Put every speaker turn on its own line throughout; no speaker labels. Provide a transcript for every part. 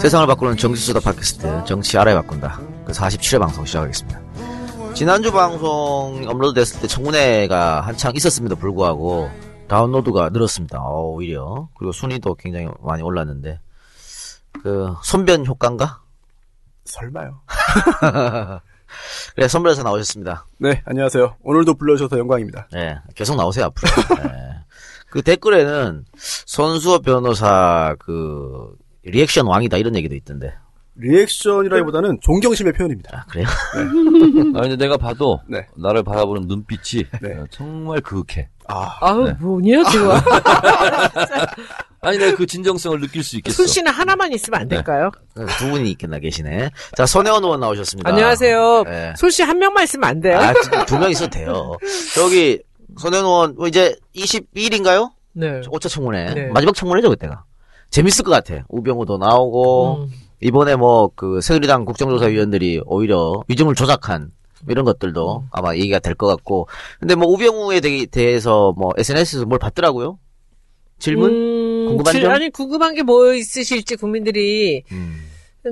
세상을 바꾸는 정치수다 팟캐스트 정치 알아야 바꾼다 그 47회 방송 시작하겠습니다 지난주 방송 업로드 됐을 때 청문회가 한창 있었음에도 불구하고 다운로드가 늘었습니다 어, 오히려 그리고 순위도 굉장히 많이 올랐는데 그 손변 효과인가?
설마요.
그래 선별해서 나오셨습니다
네, 안녕하세요. 오늘도 불러주셔서 영광입니다.
네, 계속 나오세요 앞으로. 네. 그 댓글에는 선수호 변호사 그 리액션 왕이다 이런 얘기도 있던데.
네.
리액션이라기보다는 존경심의 표현입니다.
아 그래요?
아 근데 내가 봐도
네.
나를 바라보는 눈빛이
네.
어, 정말 그윽해.
아,
아우
네.
뭐냐 지금
아니 내가 그 진정성을 느낄 수 있겠어.
순 씨는 하나만 있으면
네.
안 될까요?
두 분이 있겠나 계시네. 자 선혜원 의원 나오셨습니다.
안녕하세요.
아,
네.
네.
순 씨 한 명만 있으면 안 돼요?
아, 두명 있어도 돼요. 저기 선혜원 의원 뭐 이제 22일인가요?
네.
5차 청문회
네.
마지막 청문회죠 그때가. 재밌을 것 같아. 우병우도 나오고
음.
이번에 뭐 그 새누리당 국정조사위원들이 오히려 위증을 조작한 이런 것들도
음.
아마 얘기가 될 것 같고 근데 뭐 우병우에 대- 대해서 뭐 SNS에서 뭘 봤더라고요 질문
음,
궁금한
질-
점?
아니 궁금한 게 뭐 있으실지 국민들이
음.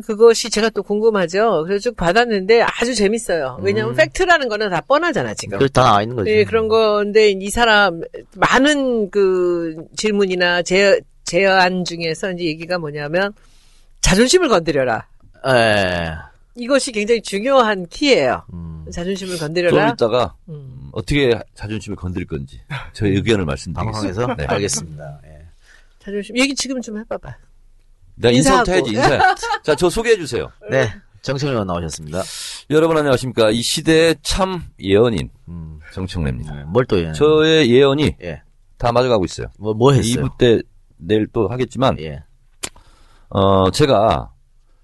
그것이 제가 또 궁금하죠. 그래서 쭉 받았는데 아주 재밌어요. 왜냐하면
음. 그렇죠,
팩트라는 거는 다 뻔하잖아 지금.
그걸 다 나와 있는 거지
예, 그런 건데 이 사람 많은 그 질문이나 제 제안 중에서 이제 얘기가 뭐냐면 자존심을 건드려라.
예.
이것이 굉장히 중요한 키예요.
음.
자존심을
좀
건드려라.
이따가
음.
음, 어떻게 자존심을 건드릴 건지 저의 의견을 말씀드리겠습니다.
방송에서
네.
알겠습니다 예.
자존심 얘기 지금 좀 해봐봐.
내가 인사부터
인사하고.
해야지 인사. 자 저 소개해 주세요.
네 정청래 의원 나오셨습니다 네,
여러분 안녕하십니까? 이 시대의 참 예언인
음.
정청래입니다.
뭘또 예.
저의 예언이
예.
다 맞아가고 있어요.
뭐, 뭐 했어요
2부 때 내일 또 하겠지만
예.
어 제가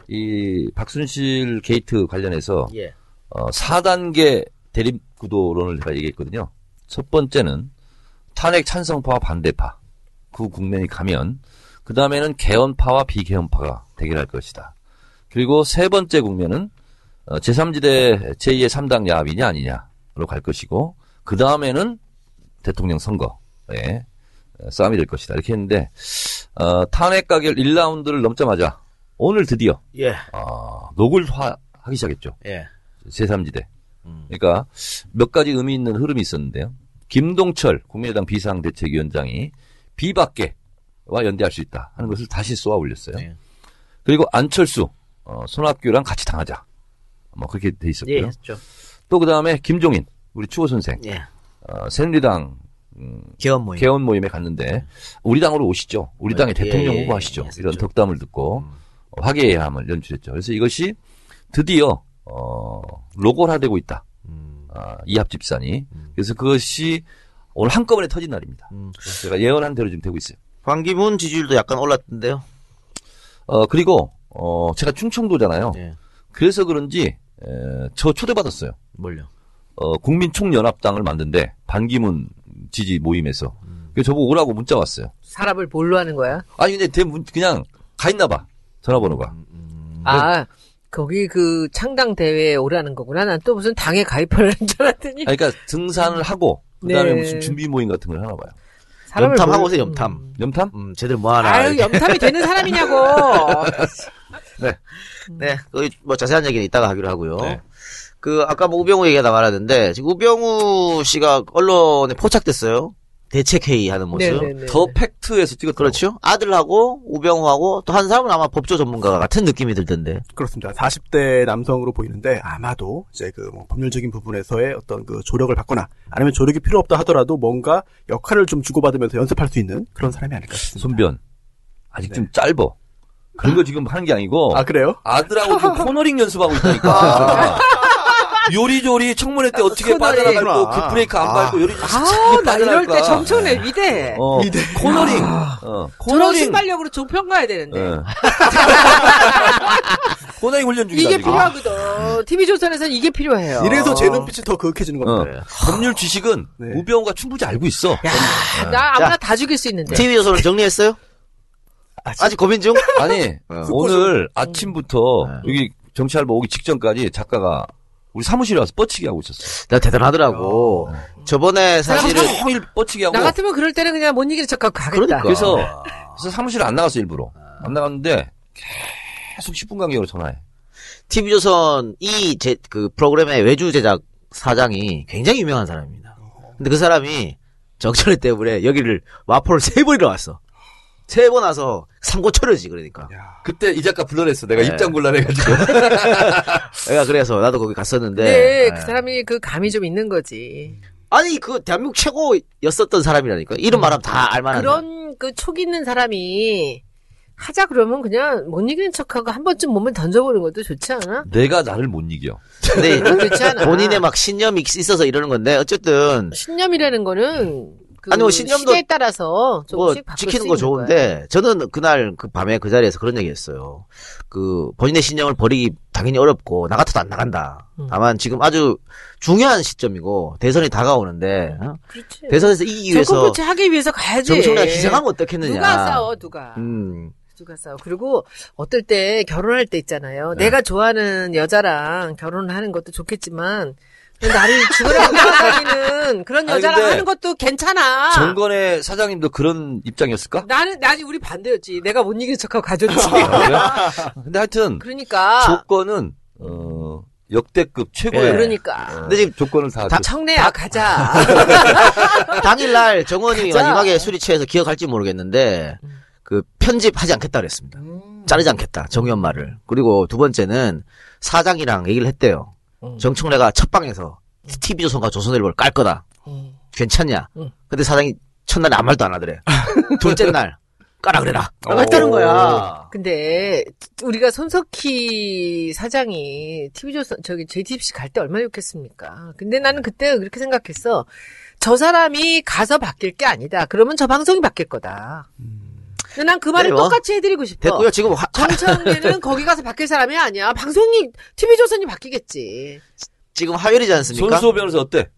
이 박순실 게이트 관련해서
예.
어, 4단계 대립구도론을 제가 얘기했거든요. 첫 번째는 탄핵 찬성파와 반대파. 그 국면이 가면 그 다음에는 개헌파와 비개헌파가 대결할 것이다. 그리고 세 번째 국면은 어, 제3지대 제2의 3당 야합이냐 아니냐로 갈 것이고 그 다음에는 대통령 선거에 싸움이 될 것이다. 이렇게 했는데 어, 탄핵 가결 1라운드를 넘자마자 오늘 드디어
예.
어, 노골화하기 시작했죠.
예.
제3지대.
음.
그러니까 몇 가지 의미 있는 흐름이 있었는데요. 김동철 국민의당 비상대책위원장이 비박계와 연대할 수 있다 하는 것을 다시 쏘아 올렸어요.
네.
그리고 안철수, 어, 손학규랑 같이 당하자. 뭐 그렇게 돼 있었고요.
예. 했죠.
또 그 다음에 김종인 우리 추호 선생
예.
어, 새누리당 음,
개헌 모임
개헌 모임에 갔는데 우리 당으로 오시죠. 우리
네.
당의 대통령
예, 예,
후보 하시죠.
예, 했었죠.
이런 덕담을 듣고
음.
어, 화개함을 연출했죠. 그래서 이것이 드디어 어, 로고화되고 있다.
음.
아, 이합 집산이.
음.
그래서 그것이 오늘 한꺼번에 터진 날입니다.
음.
그래서 제가 예언한 대로 지금 되고 있어요.
광기문 지지율도 약간 올랐던데요
어, 그리고, 어, 제가 충청도잖아요.
예.
그래서 그런지, 에, 저 초대받았어요.
뭘요
어, 국민총연합당을 만든데, 반기문 지지 모임에서.
음.
그래서 저보고 오라고 문자 왔어요.
사람을 뭘로 하는 거야?
아니, 근데 대, 문- 그냥 가 있나봐. 전화번호가.
아 거기 그 창당 대회에 오라는 거구나. 난 또 무슨 당에 가입하는 줄 알았더니
아니, 그러니까 등산을 하고, 그 다음에
네.
무슨 준비 모임 같은 걸 하나 봐요.
사람을
염탐하고
뭘-
오세요, 염탐.
음.
염탐?
음, 제대로 뭐 하나.
아유
이렇게.
염탐이 되는 사람이냐고.
네, 그뭐 자세한 얘기는 이따가 하기로 하고요.
네.
그 아까 뭐 우병우 얘기가 말하는데 지금 우병우 씨가 언론에 포착됐어요. 대책 회의 하는 모습.
네네네.
더 팩트에서 찍었
그렇죠. 아들하고 우병우하고 또 한 사람은 아마 법조 전문가 같은 느낌이 들던데.
그렇습니다. 40대 남성으로 보이는데 아마도 이제 그뭐 법률적인 부분에서의 어떤 그 조력을 받거나 아니면 조력이 필요 없다 하더라도 뭔가 역할을 좀 주고받으면서 연습할 수 있는 그런 사람이 아닐까 싶습니다.
손변. 아직 좀 짧어. 그런 거 지금 하는 게 아니고.
아, 그래요?
아들하고 지금 코너링 연습하고 있다니까. 요리조리 청문회 때 어떻게
코너링.
빠져나갈 거,
그렇구나.
그 브레이크 안 밟고 요리조리
아우 나
빠져나갈
이럴 때
거야.
정청래 위대해. 아,
어, 코너링. 어,
저런
코너링.
순발력으로 네. 종편 가야 되는데.
예. 코너링 훈련 중이다.
이게
지금.
필요하거든. TV 조선에서는 이게
아.
필요해요.
이래서 제 눈빛이 더 그윽해지는
어.
겁니다.
법률 지식은
네.
우병우가 충분히 알고 있어.
야, 나 아무나 다 죽일 수 있는데.
TV 조선을 정리했어요?
아직-
네. 아직 고민 중?
아니 오늘 아침부터 여기 정치알바 오기 직전까지 작가가 우리 사무실에 와서 뻗치기 하고 있었어.
나 대단하더라고. 어. 저번에 사실은
하루 종일 뻗치기 하고.
아, 나 같으면 그럴 때는 그냥 못 이기는 척하고 가겠다.
네.
그러니까.
그래서, 그래서 사무실 안 나갔어, 일부러. 안 나갔는데, 계속 10분 간격으로 전화해.
TV조선 이 제 그 프로그램의 외주 제작 사장이 굉장히 유명한 사람입니다. 근데 그 사람이 정철회 때문에 여기를 마포를 세 번이나 왔어. 세 번 와서 상고철이지 그러니까.
야.
그때 이 작가 불러냈어. 내가
네.
입장 곤란해가지고.
내가 그래서 나도 거기 갔었는데.
근데
예.
그 사람이 그 감이 좀 있는 거지.
아니 그 대한민국 최고였었던 사람이라니까. 이름 말하면 다 알만한.
그런 그 촉 있는 사람이 하자 그러면 그냥 못 이기는 척하고 한 번쯤 몸을 던져보는 것도 좋지 않아?
내가 나를 못 이겨.
근데
그렇지 않아.
본인의 막 신념이 있어서 이러는 건데 어쨌든
신념이라는 거는 그
아니, 뭐 신념도
시대에 따라서
뭐
조금씩 바꿀
지키는
수
거
있는 거야.
좋은데 저는 그날 그 밤에 그 자리에서 그런 얘기했어요. 그 본인의 신념을 버리기 당연히 어렵고 나 같아도 안 나간다.
음.
다만 지금 아주 중요한 시점이고 대선이 다가오는데 어?
그렇지.
대선에서 이기기
정권
위해서
교체 하기 위해서 가야지.
정청래가 희생하면 어떻겠느냐.
누가 싸워 누가
음,
누가 싸워 그리고 어떨 때 결혼할 때 있잖아요.
네.
내가 좋아하는 여자랑 결혼하는 것도 좋겠지만 나를 죽으라고 따라다니는 그런
아니,
여자랑
근데
하는 것도 괜찮아.
정건의 사장님도 그런 입장이었을까?
나는 나는 우리 반대였지. 내가 못 이긴 척하고 가졌지.
근데 하여튼
그러니까
조건은 어, 역대급 최고의
예.
그러니까
근데 지금
조건을 다.
다-
청래야 아, 가자.
당일날 정원이
가자.
마지막에 술이 취해서 기억할지 모르겠는데 그 편집하지 않겠다 그랬습니다.
음.
자르지 않겠다 정의 엄마를. 그리고 두 번째는 사장이랑 얘기를 했대요.
음.
정청래가 첫 방에서 TV 조선과 조선일보를 깔 거다.
음.
괜찮냐?
응.
근데 사장이 첫날에 아무 말도 안 하더래. 둘째 날 까라 그래라.
오.
했다는
어.
거야.
근데 우리가 손석희 사장이 TV조선 저기 JTBC 갈 때 얼마나 욕했습니까? 근데 나는 그때 그렇게 생각했어. 저 사람이 가서 바뀔 게 아니다. 그러면 저 방송이 바뀔 거다. 근데 난 그 말을
네, 뭐.
똑같이 해드리고 싶어.
됐고요. 지금 화-
정청래는 거기 가서 바뀔 사람이 아니야. 방송이 TV조선이 바뀌겠지.
지금 화요일이지 않습니까?
손수호 변호사 어때?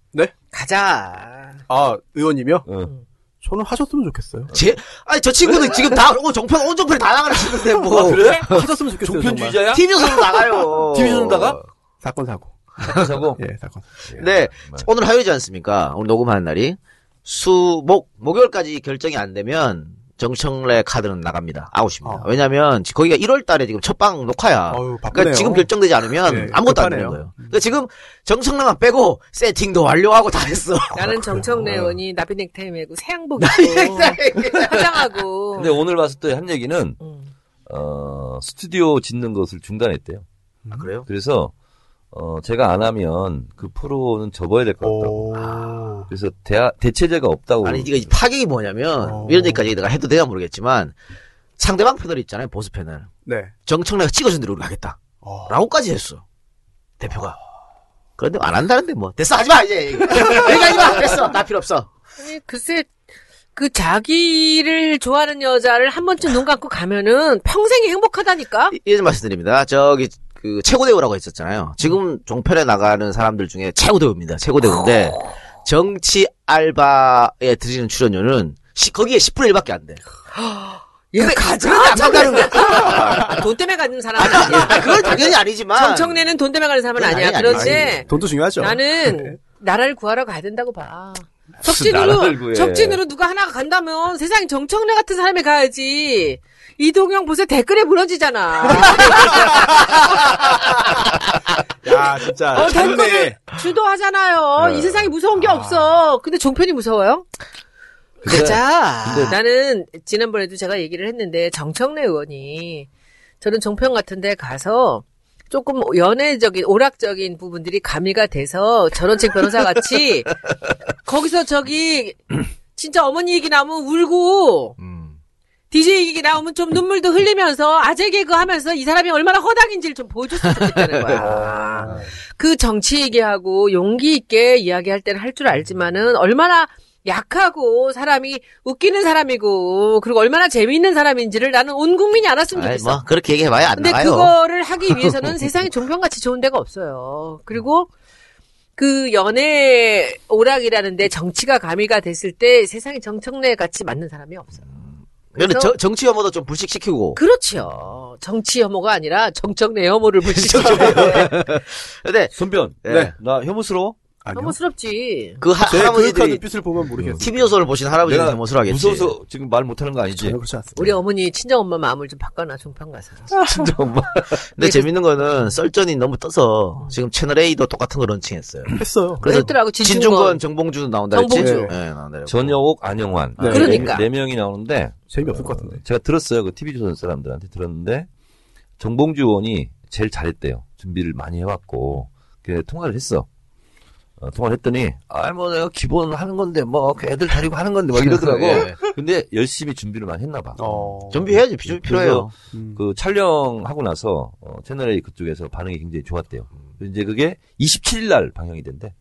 가자.
아, 의원님이요?
어.
저는 하셨으면 좋겠어요.
제, 아니 저 친구는 지금 다 오, 정판 온 정판이 다 나가는 친구인데 뭐.
아, 어. 그래?
하셨으면 좋겠어요. 정말.
종편주의자야?
TV조선도 나가요.
TV조선다가?
사건 사고.
사고?
예, 사건.
네. 오늘 화요일이지 않습니까? 오늘 녹음하는 날이 수, 목, 목요일까지 결정이 안 되면 정청래 카드는 나갑니다. 아웃입니다.
어.
왜냐면 하 거기가 1월 달에 지금 첫 방 녹화야.
어유 바쁘네요.
그러니까 지금 결정되지 않으면
예,
아무것도 안
급하네요.
되는 거예요. 그러니까 지금 정청래만 빼고 세팅도 완료하고 다 했어.
음.
나는 정청래 의원이 나비 넥타이 메고 새 양복 입고 화장하고.
근데 오늘 봤을 때 한 얘기는
음.
어, 스튜디오 짓는 것을 중단했대요.
아, 그래요?
그래서 어, 제가 안 하면 그 프로는 접어야 될 것 같다고.
오.
그래서 대, 대체제가 없다고.
아니 이게 파격이 뭐냐면
음. 어.
이런 얘기까지 내가 해도 되나 모르겠지만 상대방 패널 있잖아요 보수 패널
네.
정청래가 찍어준 대로 우리 가겠다
아.
어.
라고까지 했어 대표가 그런데 안 한다는데 뭐 됐어 하지마 이제 얘기하지 마 됐어 나 필요 없어
아니, 글쎄, 그 자기를 좋아하는 여자를 한 번쯤 눈 감고 가면은 평생이 행복하다니까?
이- 이런 말씀드립니다 저기 그 최고대우라고 했었잖아요 지금 종편에 나가는 사람들 중에 최고대우입니다 최고대우인데 정치 알바에 드리는 출연료는 시- 거기에 10분의 1밖에 안돼
얘 가자!
안 가는 거야
아, 돈 때문에 가는 사람은 아니야.
아, 그건 당연히 아니지만
정청래는 돈 때문에 가는 사람은
그건
아니야.
아니, 아니,
그런데
돈도 중요하죠.
네. 나는 나라를 구하러 가야 된다고 봐.
나라를
적진으로,
구해.
적진으로 누가 하나가 간다면 세상에 정청래 같은 사람이 가야지. 이동영 보세 댓글에 무너지잖아.
야, 진짜.
어,
잘네.
댓글을 주도하잖아요. 이 세상에 무서운 게 없어. 근데 종편이 무서워요?
근데-
가자.
근데-
나는 지난번에도 제가 얘기를 했는데 정청래 의원이 저는 종편 같은데 가서 조금 연애적인 오락적인 부분들이 가미가 돼서 전원책 변호사 같이 거기서 저기 진짜 어머니 얘기 나오면 울고 DJ 얘기 나오면 좀 눈물도 흘리면서 아재 개그 하면서 이 사람이 얼마나 허당인지를 좀 보여줬으면 좋겠다는 거야. 그 정치 얘기하고 용기 있게 이야기할 때는 할 줄 알지만은 얼마나 약하고 사람이 웃기는 사람이고 그리고 얼마나 재미있는 사람인지를 나는 온 국민이 알았으면
아이,
좋겠어.
뭐 그렇게 얘기해봐야 안
근데
나가요
그거를 하기 위해서는 세상에 종편같이 좋은 데가 없어요. 그리고 그 연애 오락이라는데 정치가 가미가 됐을 때 세상에 정청래 같이 맞는 사람이 없어요.
근데
그래서-
저- 정치 혐오도 좀 불식시키고.
그렇죠. 정치 혐오가 아니라 정청래 혐오를 불시죠.
근데
손변,
네.
나 혐오스러워?
아니요.
혐오스럽지.
그 하,
제 교육한
할아버지들이
눈빛을 보면 모르겠어요.
TV 조선을 보신 할아버지는
내가
대모술 하겠지.
무서워서 지금 말 못하는 거 아니지?
전혀 그렇지 않습니다.
우리 어머니 친정엄마 마음을 좀 바꿔놔 종편 가서.
진짜 엄마.
네, 그
근데 재밌는 거는 썰전이 너무 떠서 지금 채널 A도 똑같은 거 런칭했어요.
그렇죠.
했어요.
그랬더라고
진중권
음. 진중권.
정봉주 나온다 했지?
정봉주.
예, 나온다.
전여옥, 안영환.
네.
그러니까.
네 명이 나오는데
재미없을 것 같은데.
제가 들었어요. 그 TV조선 사람들한테 들었는데, 정봉주 의원이 제일 잘했대요. 준비를 많이 해왔고, 그 통화를 했어. 어, 통화를 했더니, 아, 뭐, 내가 기본 하는 건데, 뭐, 그 애들 다리고 하는 건데, 막 이러더라고.
예.
근데 열심히 준비를 많이 했나봐.
어.
준비해야지. 비좀 필요해요.
음.
그 촬영하고 나서, 어, 채널A 그쪽에서 반응이 굉장히 좋았대요. 그래서 이제 그게 27일날 방영이 된대.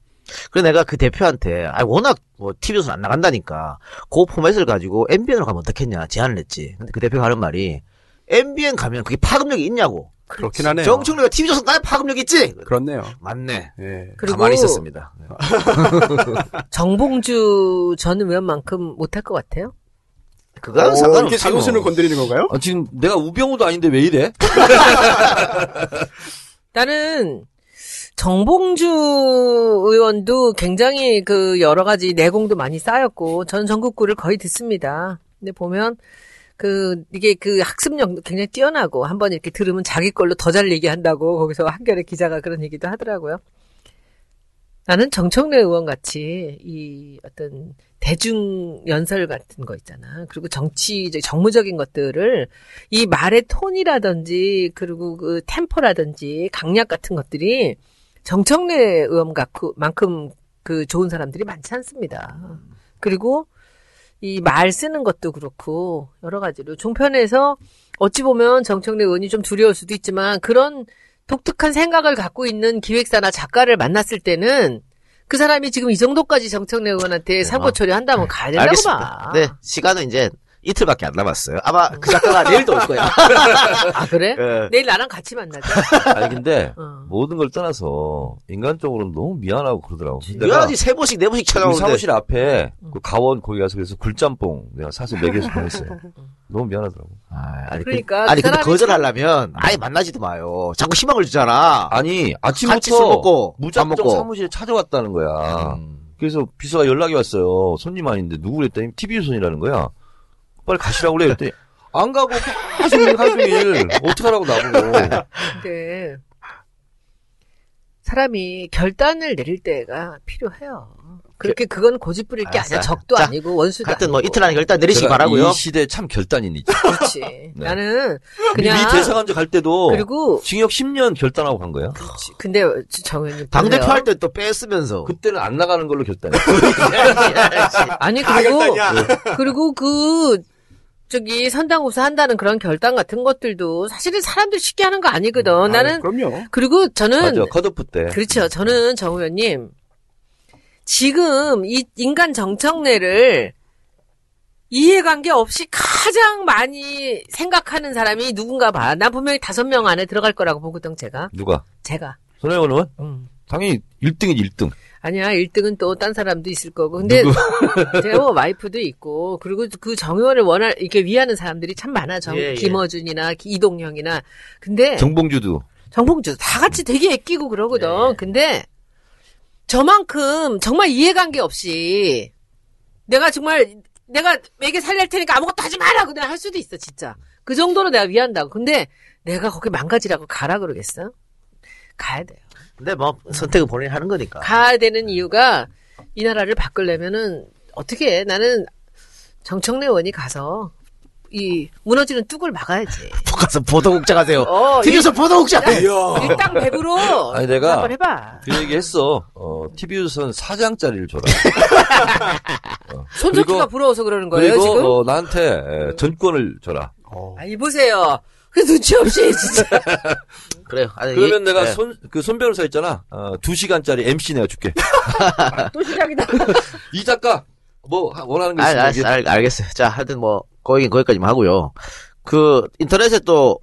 그래서 내가 그 대표한테, 아, 워낙 뭐 TV에서 안 나간다니까, 그 포맷을 가지고 MBN으로 가면 어떻겠냐, 제안을 했지. 근데 그 대표가 하는 말이, MBN 가면 그게 파급력이 있냐고.
그렇긴 하네요.
정청래가 TV조선 따위 파급력이 있지?
그렇네요.
맞네.
예.
그리고
가만히 있었습니다. 네.
정봉주 전 의원만큼 못할 것 같아요.
그거는
오, 이게
상관없지.
자존심을
뭐.
건드리는 건가요?
아, 지금 내가 우병우도 아닌데 왜 이래?
나는 정봉주 의원도 굉장히 그 여러 가지 내공도 많이 쌓였고 저는 전국구를 거의 듣습니다. 근데 보면 그 이게 그 학습력도 굉장히 뛰어나고 한 번 이렇게 들으면 자기 걸로 더 잘 얘기한다고 거기서 한겨레 기자가 그런 얘기도 하더라고요. 나는 정청래 의원 같이 이 어떤 대중 연설 같은 거 있잖아. 그리고 정치 이제 정무적인 것들을 이 말의 톤이라든지 그리고 그 템포라든지 강약 같은 것들이 정청래 의원 같고- 만큼 그 좋은 사람들이 많지 않습니다. 그리고 이 말 쓰는 것도 그렇고 여러 가지로 종편에서 어찌 보면 정청래 의원이 좀 두려울 수도 있지만 그런 독특한 생각을 갖고 있는 기획사나 작가를 만났을 때는 그 사람이 지금 이 정도까지 정청래 의원한테 상고 처리한다면 가야 된다고 봐.
네. 아. 알겠습니다. 네, 시간은 이제 이틀밖에 안 남았어요. 아마 그 작가가 내일도 올 거야.
아 그래?
예.
내일 나랑 같이 만나자.
아니, 근데,
어.
모든 걸 떠나서, 인간적으로는 너무 미안하고 그러더라고. 내가
미안하지, 세 번씩, 네 번씩
우리
찾아오는데.
사무실 앞에 그 가원 거기 가서 그래서 굴짬뽕 내가 사서 먹여서 보냈어요. 너무 미안하더라고.
아, 아니,
그러니까
그, 아니
그
근데
사람이
거절하려면 아예 만나지도 마요. 자꾸 희망을 주잖아.
아니
같이 술 먹고,
아침부터
밥 먹고.
무작정 사무실에 찾아왔다는 거야. 그래서 비서가 연락이 왔어요. 손님 아닌데 누구 그랬더니 TV 손이라는 거야. 빨리 가시라고 그래. 그랬더니 안 가고 계속 오늘 하루 종일 어떡하라고 나보고.
근데 사람이 결단을 내릴 때가 필요해요. 그렇게 그건 고집 부릴 게
알았어.
아니야. 적도
자,
아니고 원수도
하여튼
아니고.
뭐 이틀 안에 일단 내리시기
제가
바라고요.
이 시대 참 결단이니.
그렇지. 나는 그냥
미 뭐. 대사관제 갈 때도
그리고 그
징역 10년 결단하고 간 거야.
근데 정현님
당 대표
보세요.
할 때 또 뺐으면서.
그때는 안 나가는 걸로 결단해.
아니 그리고 그리고 그 저기 선당우수 한다는 그런 결단 같은 것들도 사실은 사람들 쉽게 하는 거 아니거든.
아,
어, 나는
그럼요.
그리고 저는
맞아. 컷오프
네.
때.
그렇죠. 저는 정 의원님 지금 이 인간 정청래를 이해관계 없이 가장 많이 생각하는 사람이 누군가 봐. 난 분명히 다섯 명 안에 들어갈 거라고 보거든 제가.
누가?
제가.
손혜원 의원?
음.
당연히 1등이지 1등.
아니야 1등은 또 딴 사람도 있을 거고. 근데 제가 뭐 와이프도 있고 그리고 그 정 의원을 원할 이렇게 위하는 사람들이 참 많아. 정
예, 예.
김어준이나 이동형이나. 근데
정봉주도
정봉주 다 같이 되게 애끼고 그러거든.
네.
근데 저만큼 정말 이해관계 없이 내가 정말 내가 애기 살릴 테니까 아무것도 하지 마라 그냥 할 수도 있어 진짜. 그 정도로 내가 위한다고. 근데 내가 거기 망가지라고 가라 그러겠어? 가야 돼요.
근데 뭐 선택은 본인이 하는 거니까.
아,
가야 되는
네.
이유가 이 나라를 바꾸려면은 어떻게 해? 나는 정청래 의원이 가서 이 무너지는 뚝을 막아야지.
가서 보도국장 하세요.
어, 일,
TV에서 보도국장.
일당 백으로
아니, 내가
한번 해봐.
그 얘기 했어. 어, TV조선 사장짜리를 줘라.
손석희가
그리고-
부러워서 그러는 거예요,
그리고
지금?
어, 나한테 에, 전권을 줘라.
어.
아이, 보세요. 그 눈치 없이, 진짜.
그래요. 아니,
그러면
예.
이-
내가
네.
손, 그 손 변호사 있잖아. 어, 2시간짜리 MC 내가 줄게.
또 시작이다.
이 작가, 뭐, 하- 원하는 거
알,
있으면
알,
얘기해.
알, 알겠어요. 자, 하여튼 뭐, 거기, 거기까지만 하고요. 그, 인터넷에 또,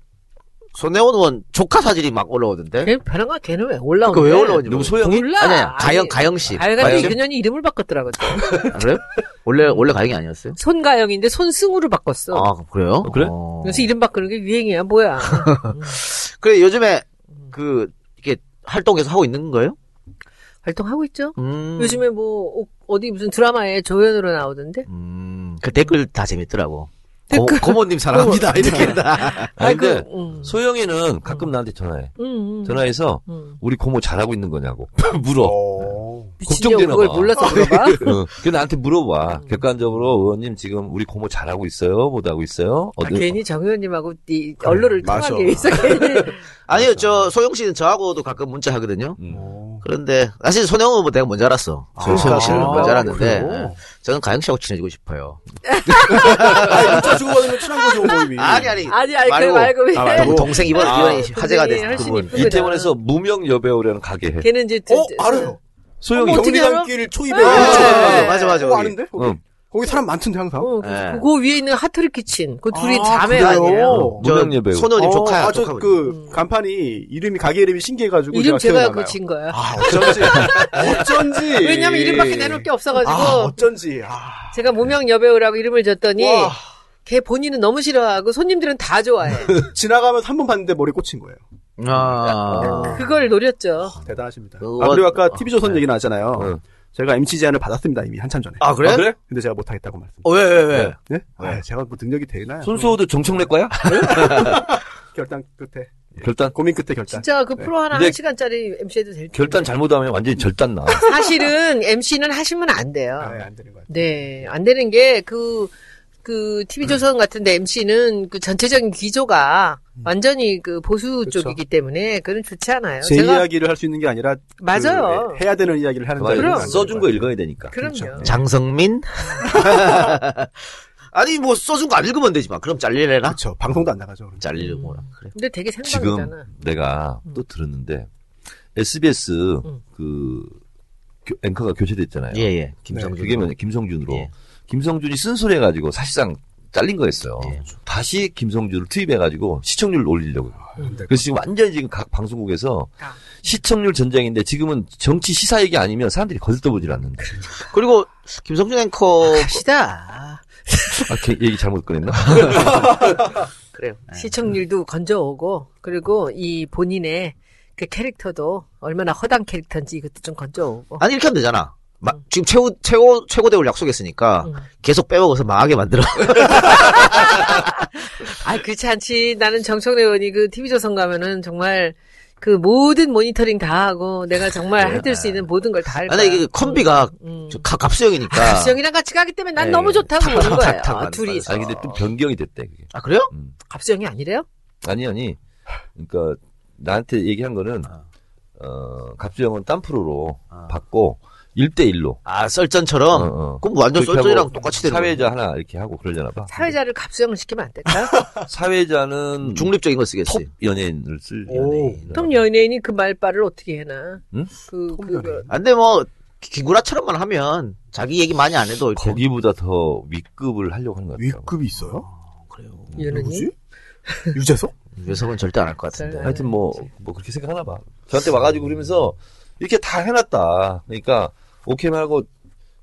손혜원 의원 조카 사진이 막 올라오던데?
걔, 변한가? 걔는 왜 올라오는
그왜 올라오는지.
누구
모르겠어요.
소영이?
몰라.
아니, 아니, 가영,
아니,
가영 씨.
가영이
가영?
그년이 이름을 바꿨더라고. 또.
아, 그래요? 원래, 원래 가영이 아니었어요?
손가영인데 손승우로 바꿨어.
아, 그래요?
그래?
어.
요새 이름 바꾸는 게 유행이야, 뭐야.
그래, 요즘에, 그, 이렇게, 활동해서 하고 있는 거예요?
활동하고 있죠.
음.
요즘에 뭐 어- 어디 무슨 드라마에 조연으로 나오던데.
음, 그 댓글 다 재밌더라고.
댓글.
고, 모님
어,
사랑합니다. 네. 이렇게 다.
아니,
그,
근데
음.
소영이는 가끔
음.
나한테 전화해.
음, 음.
전화해서
음.
우리 고모 잘하고 있는 거냐고 물어.
어.
미친년
걱정되나
그걸
봐.
몰라서 물어봐.
어, 그 나한테 물어봐.
음.
객관적으로 의원님 지금 우리 고모 잘하고 있어요? 못하고 있어요?
아,
어느-
괜히 정 의원님하고 이 언론을
맞아.
통하기 위해서 괜히.
아니요, 저, 소영 씨는 저하고도 가끔 문자 하거든요.
음.
어.
그런데, 사실 손영은 뭐 내가 뭔지 알았어. 소-
그러니까.
소영 씨를 뭔지
아,
알았는데,
그래요?
예. 저는 가영 씨하고 친해지고 싶어요.
아니, 문자 주고받으면 친한 거죠, 모임이.
아니, 아니.
아니, 아니, 그
말고.
말고. 왜-
예. 아, 말고.
동생 이번,
아,
이번에
동생이
화제가 됐
훨씬
그분.
이쁘-
이태원에서 무명 여배우라는 가게 해.
걔는 이제 저- 저-
어, 알아요.
소영이.
어머, 어떻게 알아?
경리단길 초입에.
아,
맞아, 맞아, 맞아,
어,
거기.
아는데? 거기,
응.
거기 사람 많던데, 항상.
어,
예.
그, 그 위에 있는 하트리 키친. 그 둘이
아,
자매
그래요?
아니에요.
어.
저
무명 여배우.
손호님
어,
조카야.
아, 저
조카분.
그, 간판이, 이름이, 가게 이름이 신기해가지고.
이름 제가
기억이 안
그
나요. 예,
친 거야.
아, 어쩐지. 어쩐지.
왜냐면 이름밖에 내놓을 게 없어가지고
아, 어쩐지. 아.
제가 무명 여배우라고 이름을 줬더니
와,
걔 본인은 너무 싫어하고 손님들은 다 좋아해.
지나가면서 한 번 봤는데 머리 꽂힌 거예요.
아.
그걸 노렸죠.
대단하십니다.
그거-
아, 그리고 아까
어,
TV조선
네.
얘기 나왔잖아요.
응.
제가 MC 제안을 받았습니다, 이미 한참 전에.
아, 그래?
아, 그래?
근데 제가 못하겠다고 말씀.
어, 왜, 왜, 왜?
네? 아, 제가 뭐 능력이 되나요?
손수호도 정청래과야?
결단 끝에.
결단.
고민 끝에 결단.
진짜 그 프로
네.
하나
근데-
한 시간짜리 MC 해도 될 텐데.
결단 잘못하면 완전히 절단 나.
사실은 MC는 하시면 안 돼요.
아, 예, 안 되는 것 같아요.
네, 안 되는 게 그, 그,
음.
TV조선 같은데 MC는 그 전체적인 기조가 완전히 그 보수
음. 그쵸.
쪽이기 때문에 그건 좋지 않아요.
제
제가,
이야기를 할 수 있는 게 아니라 그 그렇죠.
맞아요.
해- 해야 되는 이야기를 하는 네. 거예요.
그럼.
써준 거 읽어야 되니까.
그럼요.
장성민? 아니, 뭐, 써준 거 안 읽으면 되지만. 그럼 잘리래나?
그렇죠. 방송도 안 나가죠. 그럼.
잘리려고 뭐라. 그래.
근데 되게
지금
생방이잖아.
내가 또 들었는데 SBS
음.
그 교- 앵커가 교체됐잖아요.
예, 예.
네,
김성준.
그게 뭐냐 김성준으로
예.
김성준이 쓴소리 해가지고 사실상 잘린 거였어요.
예.
다시 김성준을 투입해가지고 시청률을 올리려고.
안 될-
그래서 지금 완전히 지금 각 방송국에서
아.
시청률 전쟁인데 지금은 정치 시사 얘기 아니면 사람들이 거들떠보질 않는데.
그리고, 김성준 앵커.
갑시다.
아, 걔 얘기 잘못 꺼냈나?
그래요.
시청률도 건져오고, 그리고 이 본인의 그 캐릭터도 얼마나 허당 캐릭터인지 이것도 좀 건져오고.
아니 이렇게 하면 되잖아. 마- 지금 최고 최고 최고 대우를 약속했으니까
음.
계속 빼먹어서 망하게 만들어.
아, 그렇지 않지. 나는 정청래 의원이 그 TV조선 가면은 정말 그 모든 모니터링 다 하고 내가 정말 해들 수 있는 모든 걸 다 할 거야.
네. 아니 이게 컨비가
음.
저 가- 갑수형이니까.
갑수형이랑 같이 가기 때문에 난
네.
너무 좋다고
탁,
보는
탁,
거예요.
탁, 탁 하는
둘이
거죠.
아니 근데 또 변경이 됐대 그게.
아 그래요?
음.
갑수형이 아니래요?
아니 아니. 그러니까 나한테 얘기한 거는
아.
어, 갑수형은 딴 프로로
아.
받고 1대1로
아 썰전처럼. 그럼 완전 썰전이랑 똑같이 되는 거야.
사회자 하나 이렇게 하고 그러려나 봐.
사회자를 갑수형을 시키면 안
아.
될까?
사회자는
음, 중립적인 네. 걸
음. 톱
쓰겠지.
연예인을 쓸
오.
연예인.
통 연예인이 그 말빨을 어떻게 해나?
응?
그,
톰
그,
연예인.
안돼 뭐 기- 기구라처럼만 하면 자기 얘기 많이 안 해도 이렇게.
거기보다 더 윗급을 하려고 하는 것 같아요.
윗급이 있어요?
그래요.
연예인?
누구지? 유재석?
유석은 절대 안 할 것 같은데.
썰-
하여튼 뭐
네.
뭐 그렇게 생각하나 봐. 저한테 와가지고 그러면서 이렇게 다 해놨다. 그러니까 오케이 하고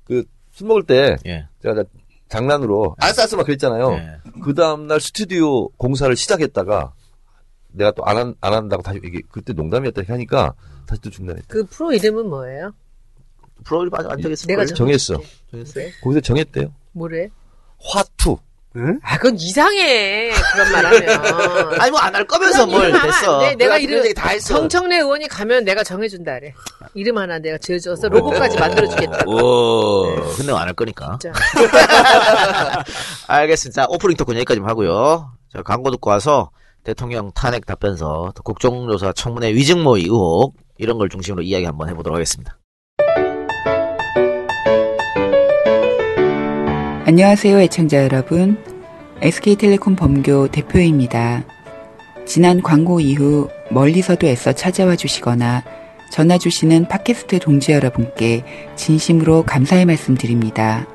그 술 먹을 때
예.
제가 다 장난으로
네.
알싸알싸 막 그랬잖아요.
예.
그 다음날 스튜디오 공사를 시작했다가 내가 또 안 안 한다고 다시 이게 그때 농담이었다 이렇게 하니까 다시 또 중단했.
그 프로 이름은 뭐예요?
프로그램 아직 안 되겠을
내가
거예요.
저-
정했어.
정했어요?
거기서 정했대요.
뭐래?
화투.
응?
아, 그건 이상해. 그런 말 하면.
아니 뭐 안 할 거면서
그럼
뭘
이름 안
됐어. 예.
돼. 내가 이름-
이런 얘기 다 했어.
정청래 의원이 가면 내가 정해준다 그래. 이름 하나 내가 지어줘서 로고까지 만들어주겠다.
오. 근데 안 할 거니까.
진짜.
알겠습니다. 자, 오프닝 토크는 여기까지만 하고요. 자, 광고 듣고 와서 대통령 탄핵 답변서, 또 국정조사 청문회 위증모의 의혹 이런 걸 중심으로 이야기 한번 해보도록 하겠습니다.
안녕하세요, 애청자 여러분. SK텔레콤 범교 대표입니다. 지난 광고 이후 멀리서도 애써 찾아와 주시거나 전화 주시는 팟캐스트 동지 여러분께 진심으로 감사의 말씀 드립니다.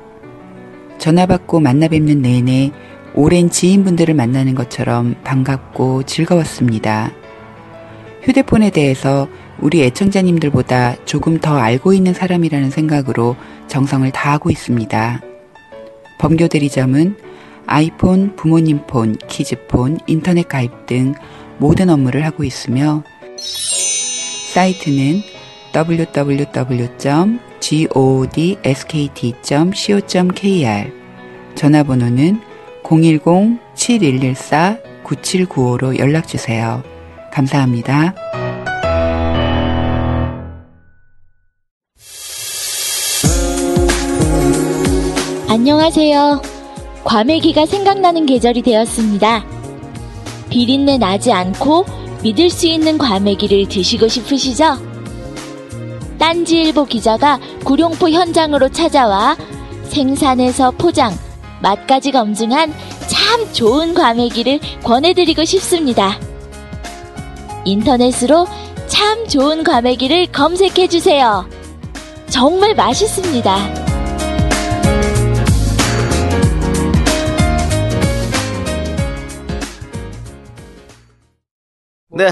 전화 받고 만나 뵙는 내내 오랜 지인분들을 만나는 것처럼 반갑고 즐거웠습니다. 휴대폰에 대해서 우리 애청자님들보다 조금 더 알고 있는 사람이라는 생각으로 정성을 다하고 있습니다. 범교 대리점은 아이폰, 부모님 폰, 키즈폰, 인터넷 가입 등 모든 업무를 하고 있으며 사이트는 www.godskt.co.kr 전화번호는 010-7114-9795로 연락주세요. 감사합니다.
안녕하세요. 과메기가 생각나는 계절이 되었습니다. 비린내 나지 않고 믿을 수 있는 과메기를 드시고 싶으시죠? 딴지일보 기자가 구룡포 현장으로 찾아와 생산에서 포장, 맛까지 검증한 참 좋은 과메기를 권해드리고 싶습니다. 인터넷으로 참 좋은 과메기를 검색해주세요. 정말 맛있습니다.
네.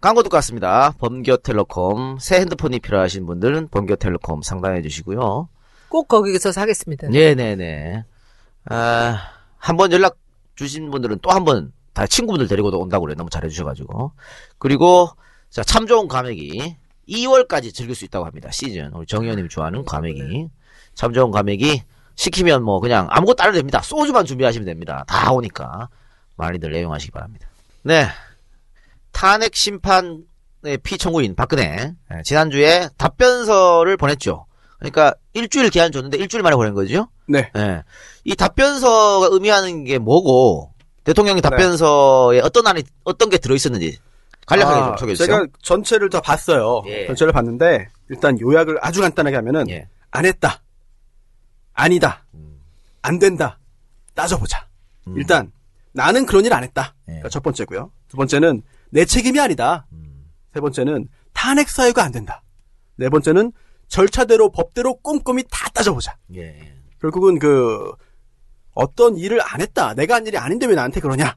광고 듣고 왔습니다. 범교텔레콤. 새 핸드폰이 필요하신 분들은 범교텔레콤 상담해 주시고요.
꼭 거기서 사겠습니다.
네, 네네네. 아, 한 번 연락 주신 분들은 또 한 번, 다 친구분들 데리고도 온다고 그래요. 너무 잘해주셔가지고. 그리고, 자, 참 좋은 과메기. 2월까지 즐길 수 있다고 합니다. 시즌. 우리 정의원님이 좋아하는 과메기. 참 좋은 과메기. 시키면 뭐 그냥 아무것도 안 해도 됩니다. 소주만 준비하시면 됩니다. 다 오니까. 많이들 애용하시기 바랍니다. 네. 탄핵 심판의 피청구인 박근혜. 예, 지난주에 답변서를 보냈죠. 그러니까 일주일 기한 줬는데 일주일 만에 보낸 거죠.
네.
예. 이 답변서가 의미하는 게 뭐고
네.
대통령의 답변서에 어떤 안이 어떤 게 들어 있었는지 간략하게
아,
좀 소개해 주세요.
제가 전체를 다 봤어요.
예.
전체를 봤는데 일단 요약을 아주 간단하게 하면은
예.
안 했다, 아니다,
음.
안 된다, 따져보자.
음.
일단 나는 그런 일 안 했다.
예.
그러니까 첫 번째고요. 두 번째는 내 책임이 아니다.
음.
세 번째는 탄핵 사유가 안 된다. 네 번째는 절차대로 법대로 꼼꼼히 다 따져보자.
예.
결국은 그 어떤 일을 안 했다. 내가 한 일이 아닌데 왜 나한테 그러냐.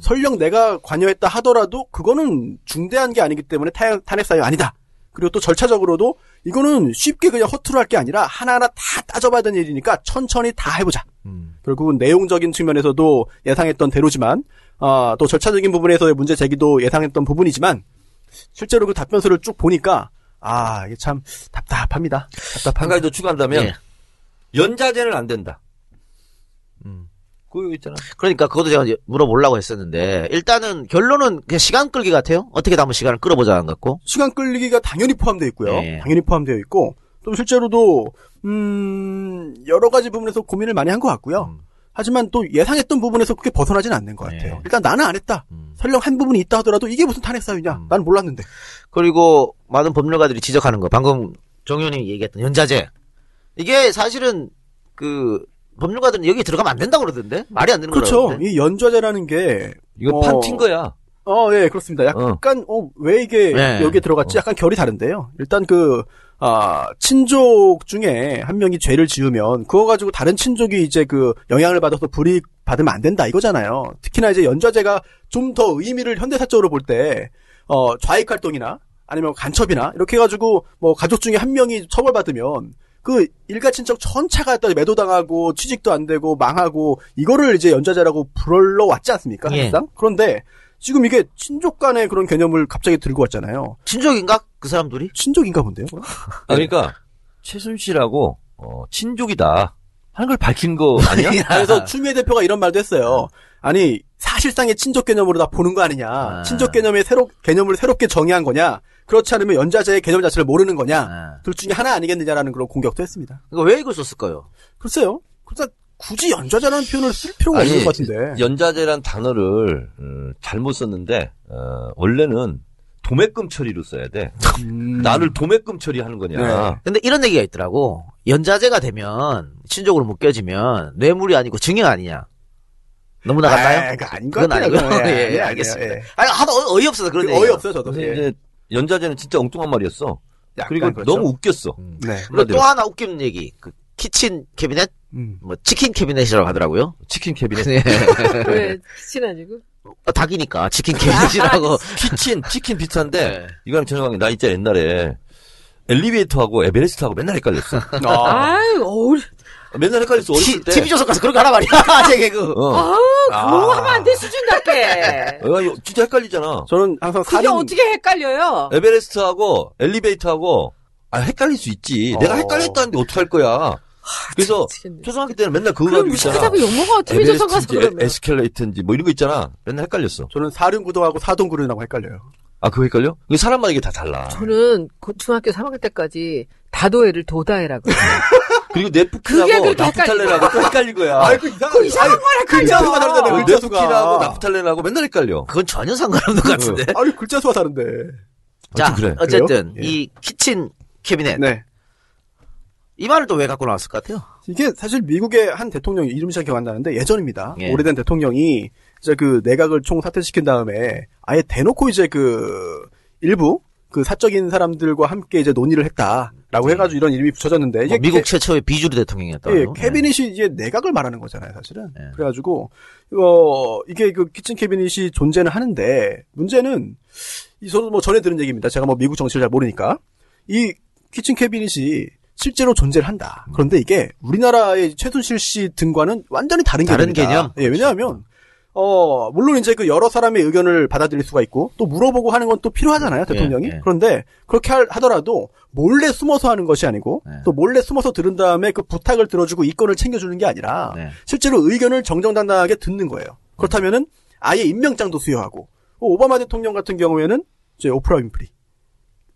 설령 내가 관여했다 하더라도 그거는 중대한 게 아니기 때문에 탄- 탄핵 사유 아니다. 그리고 또 절차적으로도 이거는 쉽게 그냥 허투루 할 게 아니라 하나하나 다 따져봐야 되는 일이니까 천천히 다 해보자.
음.
결국은 내용적인 측면에서도 예상했던 대로지만 아, 또 절차적인 부분에서의 문제 제기도 예상했던 부분이지만 실제로 그 답변서를 쭉 보니까 아 이게 참 답답합니다.
한 가지 더 추가한다면
예.
연자제는 안 된다.
음.
그거 있잖아.
그러니까 그것도 제가 이제 물어보려고 했었는데 일단은 결론은 그냥 시간 끌기 같아요. 어떻게든 한번 시간을 끌어보자는 것 같고.
시간 끌리기가 당연히 포함되어 있고요.
예.
당연히 포함되어 있고 또 실제로도 음 여러 가지 부분에서 고민을 많이 한 것 같고요.
음.
하지만 또 예상했던 부분에서 그렇게 벗어나진 않는 것 같아요.
예.
일단 나는 안 했다.
음.
설령 한 부분이 있다 하더라도 이게 무슨 탄핵 사유냐?
음.
난 몰랐는데.
그리고 많은 법률가들이 지적하는 거 방금 정의원님이 얘기했던 연자제 이게 사실은 그 법률가들은 여기 들어가면 안 된다고 그러던데 말이 안 되는
그렇죠.
거라던데.
이 연좌제라는 게
이거
어.
판튄 거야.
어, 예, 그렇습니다. 약간, 어, 왜 이게
네.
여기에 들어갔지? 약간 결이 다른데요. 일단 그, 아, 친족 중에 한 명이 죄를 지으면, 그거 가지고 다른 친족이 이제 그 영향을 받아서 불이익 받으면 안 된다 이거잖아요. 특히나 이제 연좌제가 좀 더 의미를 현대사적으로 볼 때, 어, 좌익 활동이나 아니면 간첩이나 이렇게 해가지고 뭐 가족 중에 한 명이 처벌받으면, 그 일가 친척 전체가 다 매도당하고 취직도 안 되고 망하고 이거를 이제 연좌제라고 불러 왔지 않습니까?
예.
항상? 그런데 지금 이게 친족 간의 그런 개념을 갑자기 들고 왔잖아요.
친족인가 그 사람들이?
친족인가 본데요?
아, 그러니까 최순실하고 어, 친족이다 하는 걸 밝힌 거 아니야?
그래서 추미애 대표가 이런 말도 했어요. 아니 사실상의 친족 개념으로 다 보는 거 아니냐?
아.
친족 개념의 새로 개념을 새롭게 정의한 거냐? 그렇지 않으면 연좌제의 개념 자체를 모르는 거냐?
아.
둘 중에 하나 아니겠느냐라는 그런 공격도 했습니다.
그러니까 왜 이걸 썼을까요?
글쎄요. 그래서 굳이 연좌제라는 표현을 쓸 필요가
아니,
없는 것 같은데.
연자제란 단어를 음, 잘못 썼는데 어, 원래는 도매금 처리로 써야 돼. 나를 도매금 처리하는 거냐.
음. 네.
근데 이런 얘기가 있더라고. 연자제가 되면 친족으로 묶여지면 뇌물이 아니고 증여 아니냐? 너무 나갔나요?
아, 그거 아닌 것
그건
같아요.
아니고요.
그건. 예,
예,
아니에요.
알겠습니다.
예.
아니 하도 어이, 없어서 그런
그
얘기.
어이없어요, 저도.
그래서
예.
이제 연자제는 진짜 엉뚱한 말이었어.
약간
그리고
그렇죠.
너무 웃겼어.
네.
그리고 또 아- 하나 웃기는 얘기. 그 키친 캐비넷,
음.
뭐 치킨 캐비넷이라고 하더라고요.
치킨 캐비넷.
네.
왜 키친 아니고?
어, 닭이니까 치킨
아,
캐비넷이라고.
키친, 치킨 비슷한데,
아, 네.
이거랑 전혀 관계, 나 있잖아, 옛날에. 엘리베이터하고 에베레스트하고 맨날 헷갈렸어.
아.
아유, 어울.
맨날 그 헷갈렸어, 어렸을
티-
때.
TV 조선 가서 그런 거 하나 말이야. 제 개그.
어.
아우, 그거 하면 안 돼, 수준 낮게.
어, 이거 진짜 헷갈리잖아.
저는 항상
그게
살인
어떻게 헷갈려요?
에베레스트하고 엘리베이터하고 아, 헷갈릴 수 있지.
어.
내가 헷갈렸다는데 어떡할 거야. 그래서
미치겠네.
초등학교 때는 맨날 그거
그럼
가지고
유치하자고
있잖아.
욕먹어. TV조선 가서
에베레스트인지
그러면.
에스컬레이터인지 뭐 이런 거 있잖아. 맨날 헷갈렸어.
저는 사륜구동하고 사동구륜하고 헷갈려요.
아, 그거 헷갈려? 그 사람마다 이게 다 달라.
저는 고- 중학교 3학년 때까지 다도애를 도다애라고.
그리고
그게
네프키라고
그렇게
나프탈렌하고 또 헷갈릴 거야.
아이고, 이상한,
이상한
걸 글자 수가 다르잖아요,
그 어,
글자 수가.
네프키라고 나프탈렌하고 맨날 헷갈려.
그건 전혀 상관없는 것 같은데.
아니, 글자 수가 다른데.
자,
그래.
어쨌든
어, 그래요? 예.
이 키친 캐비넷
네.
이 말을 또 왜 갖고 나왔을 것 같아요?
이게 사실 미국의 한 대통령이 이름 잘 기억 안 나는데 예전입니다.
예.
오래된 대통령이 이제 그 내각을 총 사퇴시킨 다음에 아예 대놓고 이제 그 일부 그 사적인 사람들과 함께 이제 논의를 했다라고 해가지고 이런 이름이 붙여졌는데
네. 뭐
이게
미국
캐-
최초의 비주류 대통령이었다고.
예, 캐비닛이 이제 내각을 말하는 거잖아요, 사실은.
예.
그래가지고 어 이게 그 키친 캐비닛이 존재는 하는데 문제는 이 저도 뭐 전에 들은 얘기입니다. 제가 뭐 미국 정치를 잘 모르니까 이 키친 캐비닛이 실제로 존재를 한다.
음.
그런데 이게 우리나라의 최순실 씨 등과는 완전히 다른
다른
개념이다.
개념? 그렇죠.
예, 왜냐하면 어 물론 이제 그 여러 사람의 의견을 받아들일 수가 있고 또 물어보고 하는 건 또 필요하잖아요,
네.
대통령이.
예.
그런데 그렇게 할- 하더라도 몰래 숨어서 하는 것이 아니고
네.
또 몰래 숨어서 들은 다음에 그 부탁을 들어주고 이건을 챙겨주는 게 아니라
네.
실제로 의견을 정정당당하게 듣는 거예요. 그렇다면은 아예 임명장도 수여하고 그 오바마 대통령 같은 경우에는 이제 오프라 윈프리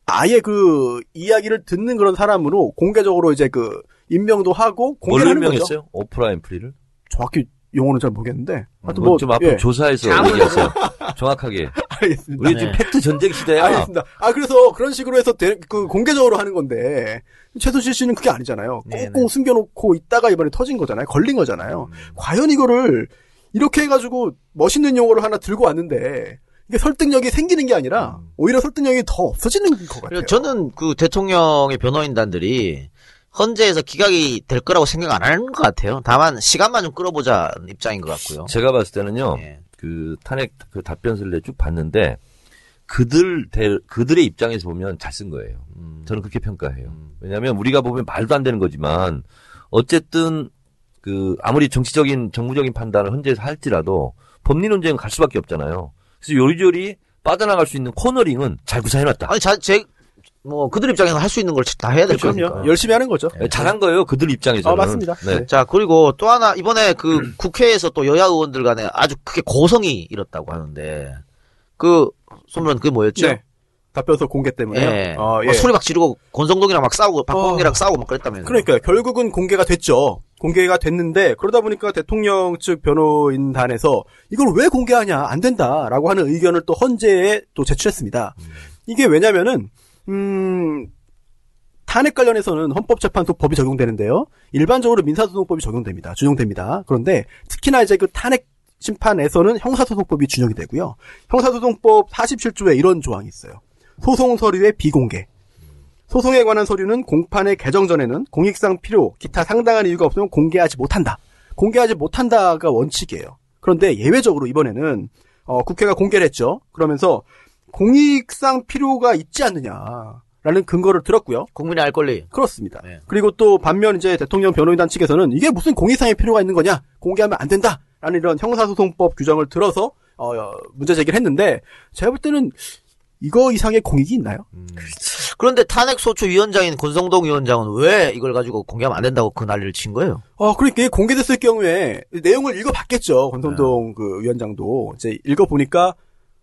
아예 그 이야기를 듣는 그런 사람으로 공개적으로 이제 그 임명도 하고
뭘
공개하는 거죠.
설명했어요? 오프라 앰프리를?
정확히 용어는 잘 모르겠는데. 하여튼
뭐, 좀 앞으로
예,
조사해서
아무래도-
얘기하세요. 정확하게.
알겠습니다.
우리 지금
네.
팩트 전쟁 시대야.
알겠습니다. 아 그래서 그런 식으로 해서 대- 그 공개적으로 하는 건데 최순실 씨는 그게 아니잖아요.
네,
꽁꽁 숨겨놓고 있다가 이번에 터진 거잖아요. 걸린 거잖아요. 과연 이거를 이렇게 해가지고 멋있는 용어를 하나 들고 왔는데 이게 설득력이 생기는 게 아니라 오히려 설득력이 더 없어지는 것 같아요.
그리고 저는 그 대통령의 변호인단들이 헌재에서 기각이 될 거라고 생각 안 하는 것 같아요. 다만 시간만 좀 끌어보자는 입장인 것 같고요.
제가 봤을 때는요.
예.
그 탄핵 그 답변서를 쭉 봤는데 그들 대- 그들의 입장에서 보면 잘 쓴 거예요.
음.
저는 그렇게 평가해요.
음.
왜냐하면 우리가 보면 말도 안 되는 거지만 어쨌든 그 아무리 정치적인 정무적인 판단을 현재에서 할지라도 법리 논쟁은 갈 수밖에 없잖아요. 그래서 요리조리 빠져나갈 수 있는 코너링은 잘 구사해놨다.
아니 자, 제, 뭐 그들 입장에서 할 수 있는 걸 다 해야 될 거니까.
그럼요. 그렇죠. 열심히 하는 거죠.
네, 잘한 거예요. 그들 입장에서는.
아, 맞습니다.
네.
네.
자 그리고 또 하나 이번에 그 국회에서 또 여야 의원들 간에 아주 크게 고성이 일었다고 하는데 그 손무원 그게 뭐였죠?
네. 아, 답변서 공개 어, 때문에.
예. 막 소리 막 지르고 권성동이랑 막 싸우고 박광기랑 싸우고 막 그랬다면서.
어. 그러니까 요 결국은 공개가 됐죠. 공개가 됐는데 그러다 보니까 대통령 측 변호인단에서 이걸 왜 공개하냐 안 된다라고 하는 의견을 또 헌재에 또 제출했습니다. 이게 왜냐면은 음 탄핵 관련해서는 헌법재판소 법이 적용되는데요. 일반적으로 민사소송법이 적용됩니다. 준용됩니다. 그런데 특히나 이제 그 탄핵 심판에서는 형사소송법이 준용이 되고요. 형사소송법 47조에 이런 조항이 있어요. 소송 서류의 비공개. 소송에 관한 서류는 공판의 개정 전에는 공익상 필요, 기타 상당한 이유가 없으면 공개하지 못한다. 공개하지 못한다가 원칙이에요. 그런데 예외적으로 이번에는 어, 국회가 공개를 했죠. 그러면서 공익상 필요가 있지 않느냐라는 근거를 들었고요.
국민의 알 권리.
그렇습니다.
네.
그리고 또 반면 이제 대통령 변호인단 측에서는 이게 무슨 공익상의 필요가 있는 거냐? 공개하면 안 된다. 라는 이런 형사소송법 규정을 들어서 어, 어, 문제 제기를 했는데 제가 볼 때는 이거 이상의 공익이 있나요?
그런데 탄핵소추 위원장인 권성동 위원장은 왜 이걸 가지고 공개하면 안 된다고 그 난리를 친 거예요?
어, 그러니까 이게 공개됐을 경우에 내용을 읽어봤겠죠. 권성동
네.
그 위원장도 이제 읽어보니까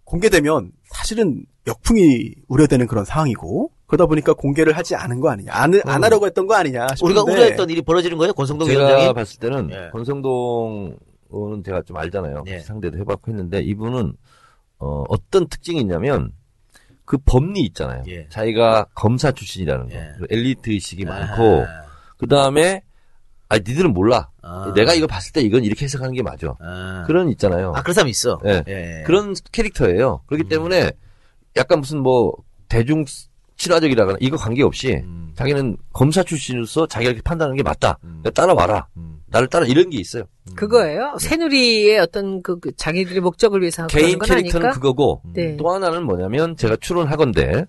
공개되면 사실은 역풍이 우려되는 그런 상황이고 그러다 보니까 공개를 하지 않은 거 아니냐, 안, 안 하려고 했던 거 아니냐. 싶은데
음. 우리가 우려했던 일이 벌어지는 거예요? 권성동
제가
위원장이?
봤을 때는
예.
권성동 의원은 제가 좀 알잖아요.
예.
상대도 해봤고 했는데 이분은 어, 어떤 특징이 있냐면 그 법리 있잖아요.
예.
자기가 검사 출신이라는 거.
예.
엘리트 의식이 많고 그 다음에 아 니들은 몰라.
아.
내가 이거 봤을 때 이건 이렇게 해석하는 게 맞아.
아, 그런,
그런 있잖아요.
아, 그런 사람이
네.
있어.
예.
예. 음.
그런 캐릭터예요. 그렇기 때문에 약간 무슨 뭐 대중 친화적이라거나 이거 관계없이
음.
자기는 검사 출신으로서 자기가 이렇게 판단하는 게 맞다.
음.
따라와라.
음.
나를 따라 이런 게 있어요.
그거예요? 새누리의 어떤 그, 그 자기들의 목적을 위해서
개인
하는 건
캐릭터는
아닐까?
그거고
네.
또 하나는 뭐냐면 제가 추론하건데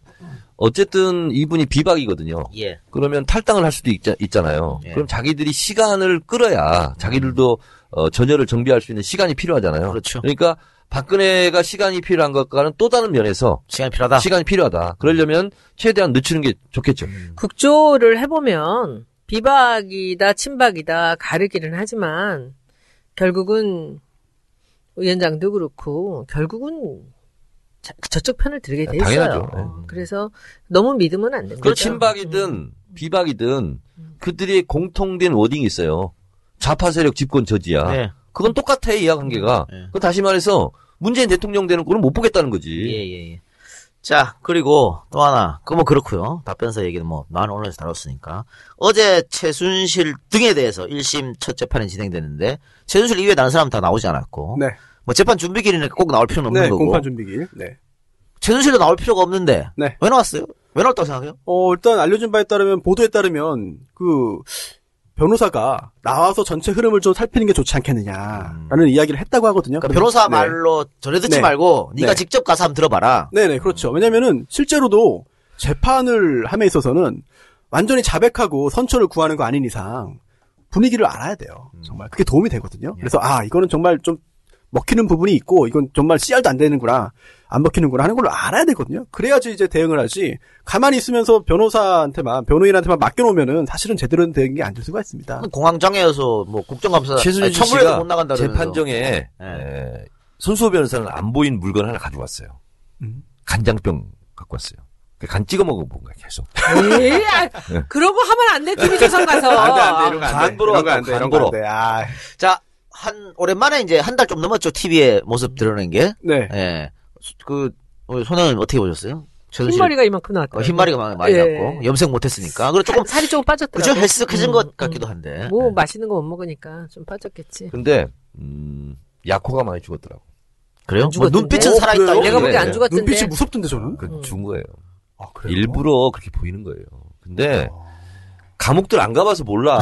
어쨌든 이분이 비박이거든요.
예.
그러면 탈당을 할 수도 있자, 있잖아요.
예.
그럼 자기들이 시간을 끌어야 자기들도 어, 전열을 정비할 수 있는 시간이 필요하잖아요.
그렇죠.
그러니까 박근혜가 시간이 필요한 것과는 또 다른 면에서
시간이 필요하다.
시간이 필요하다. 그러려면 최대한 늦추는 게 좋겠죠.
음,
국조를 해보면 비박이다 친박이다 가르기는 하지만 결국은 위원장도 그렇고 결국은 자- 저쪽 편을 들게 돼 있어요.
당연하죠.
어, 그래서 너무 믿으면 안 됩니다.
그
그렇죠.
음.
친박이든 비박이든 그들이 공통된 워딩이 있어요. 좌파 세력 집권 저지야.
아,
네.
그건 똑같아 이하 관계가.
네.
그 다시 말해서 문재인 대통령 되는 꼴은 못 보겠다는 거지.
예, 예, 예. 자, 그리고 또 하나. 그뭐 그렇고요. 답변서 얘기는 뭐 나는 오늘에서 다뤘으니까. 어제 최순실 등에 대해서 1심 첫 재판이 진행되는데 최순실 이외에 다른 사람 다 나오지 않았고.
네.
뭐 재판 준비기일이니까 꼭 나올 필요는 없는
네,
거고.
공판 준비기. 네.
최순실도 나올 필요가 없는데.
네.
왜 나왔어요? 왜 나왔다고 생각해요?
어, 일단 알려준 바에 따르면, 보도에 따르면, 그, 변호사가 나와서 전체 흐름을 좀 살피는 게 좋지 않겠느냐라는 이야기를 했다고 하거든요.
음. 그러니까 변호사
네.
말로 전해 듣지
네.
말고 네가
네.
직접 가서 한번 들어봐라.
네네, 그렇죠. 왜냐면은, 실제로도 재판을 함에 있어서는 완전히 자백하고 선처를 구하는 거 아닌 이상 분위기를 알아야 돼요. 정말. 그게 도움이 되거든요. 그래서, 아, 이거는 정말 좀 먹히는 부분이 있고, 이건 정말 씨알도 안 되는구나, 안 먹히는구나 하는 걸 알아야 되거든요. 그래야지 이제 대응을 하지, 가만히 있으면서 변호사한테만, 변호인한테만 맡겨놓으면은 사실은 제대로 된 게 안 될 수가 있습니다.
공황장애여서 뭐 국정감사
최순실
아니, 청문회도
씨가
못 나간다 그러면서.
재판정에
네.
에, 예. 손수호 변호사는 안 보인 물건 하나 가지고 왔어요.
음.
간장병 갖고 왔어요. 그간 찍어 먹어 본 거야 계속.
에이, 아, 그런 거 하면 안 돼. TV 조선 가서. 아,
간 보러
이런 거안
왔다고,
돼, 이런
간
거안
보러.
돼. 아,
자, 한 오랜만에 이제 한 달 좀 넘었죠. TV에 모습 드러낸 게.
네.
예. 수- 그, 어, 손은 어떻게 보셨어요? 최순실.
흰머리가 이만큼 나왔다.
어, 흰머리가 많이, 많이
예.
났고, 염색 못했으니까. 그리고 조금,
살이 조금 빠졌다.
그죠? 헬스해진 것 같기도 한데.
뭐
예.
맛있는 거 못 먹으니까 좀 빠졌겠지.
근데 음, 야코가 많이 죽었더라고.
그래요? 뭐
죽었던데?
눈빛은
어,
살아있다.
그래요?
이런
내가
거.
볼 때 안
네.
죽었던데.
눈빛이 무섭던데, 저는?
그
음.
죽은 거예요. 아.
아, 그래요?
일부러 그렇게 보이는 거예요. 근데 감옥들 안 가봐서 몰라.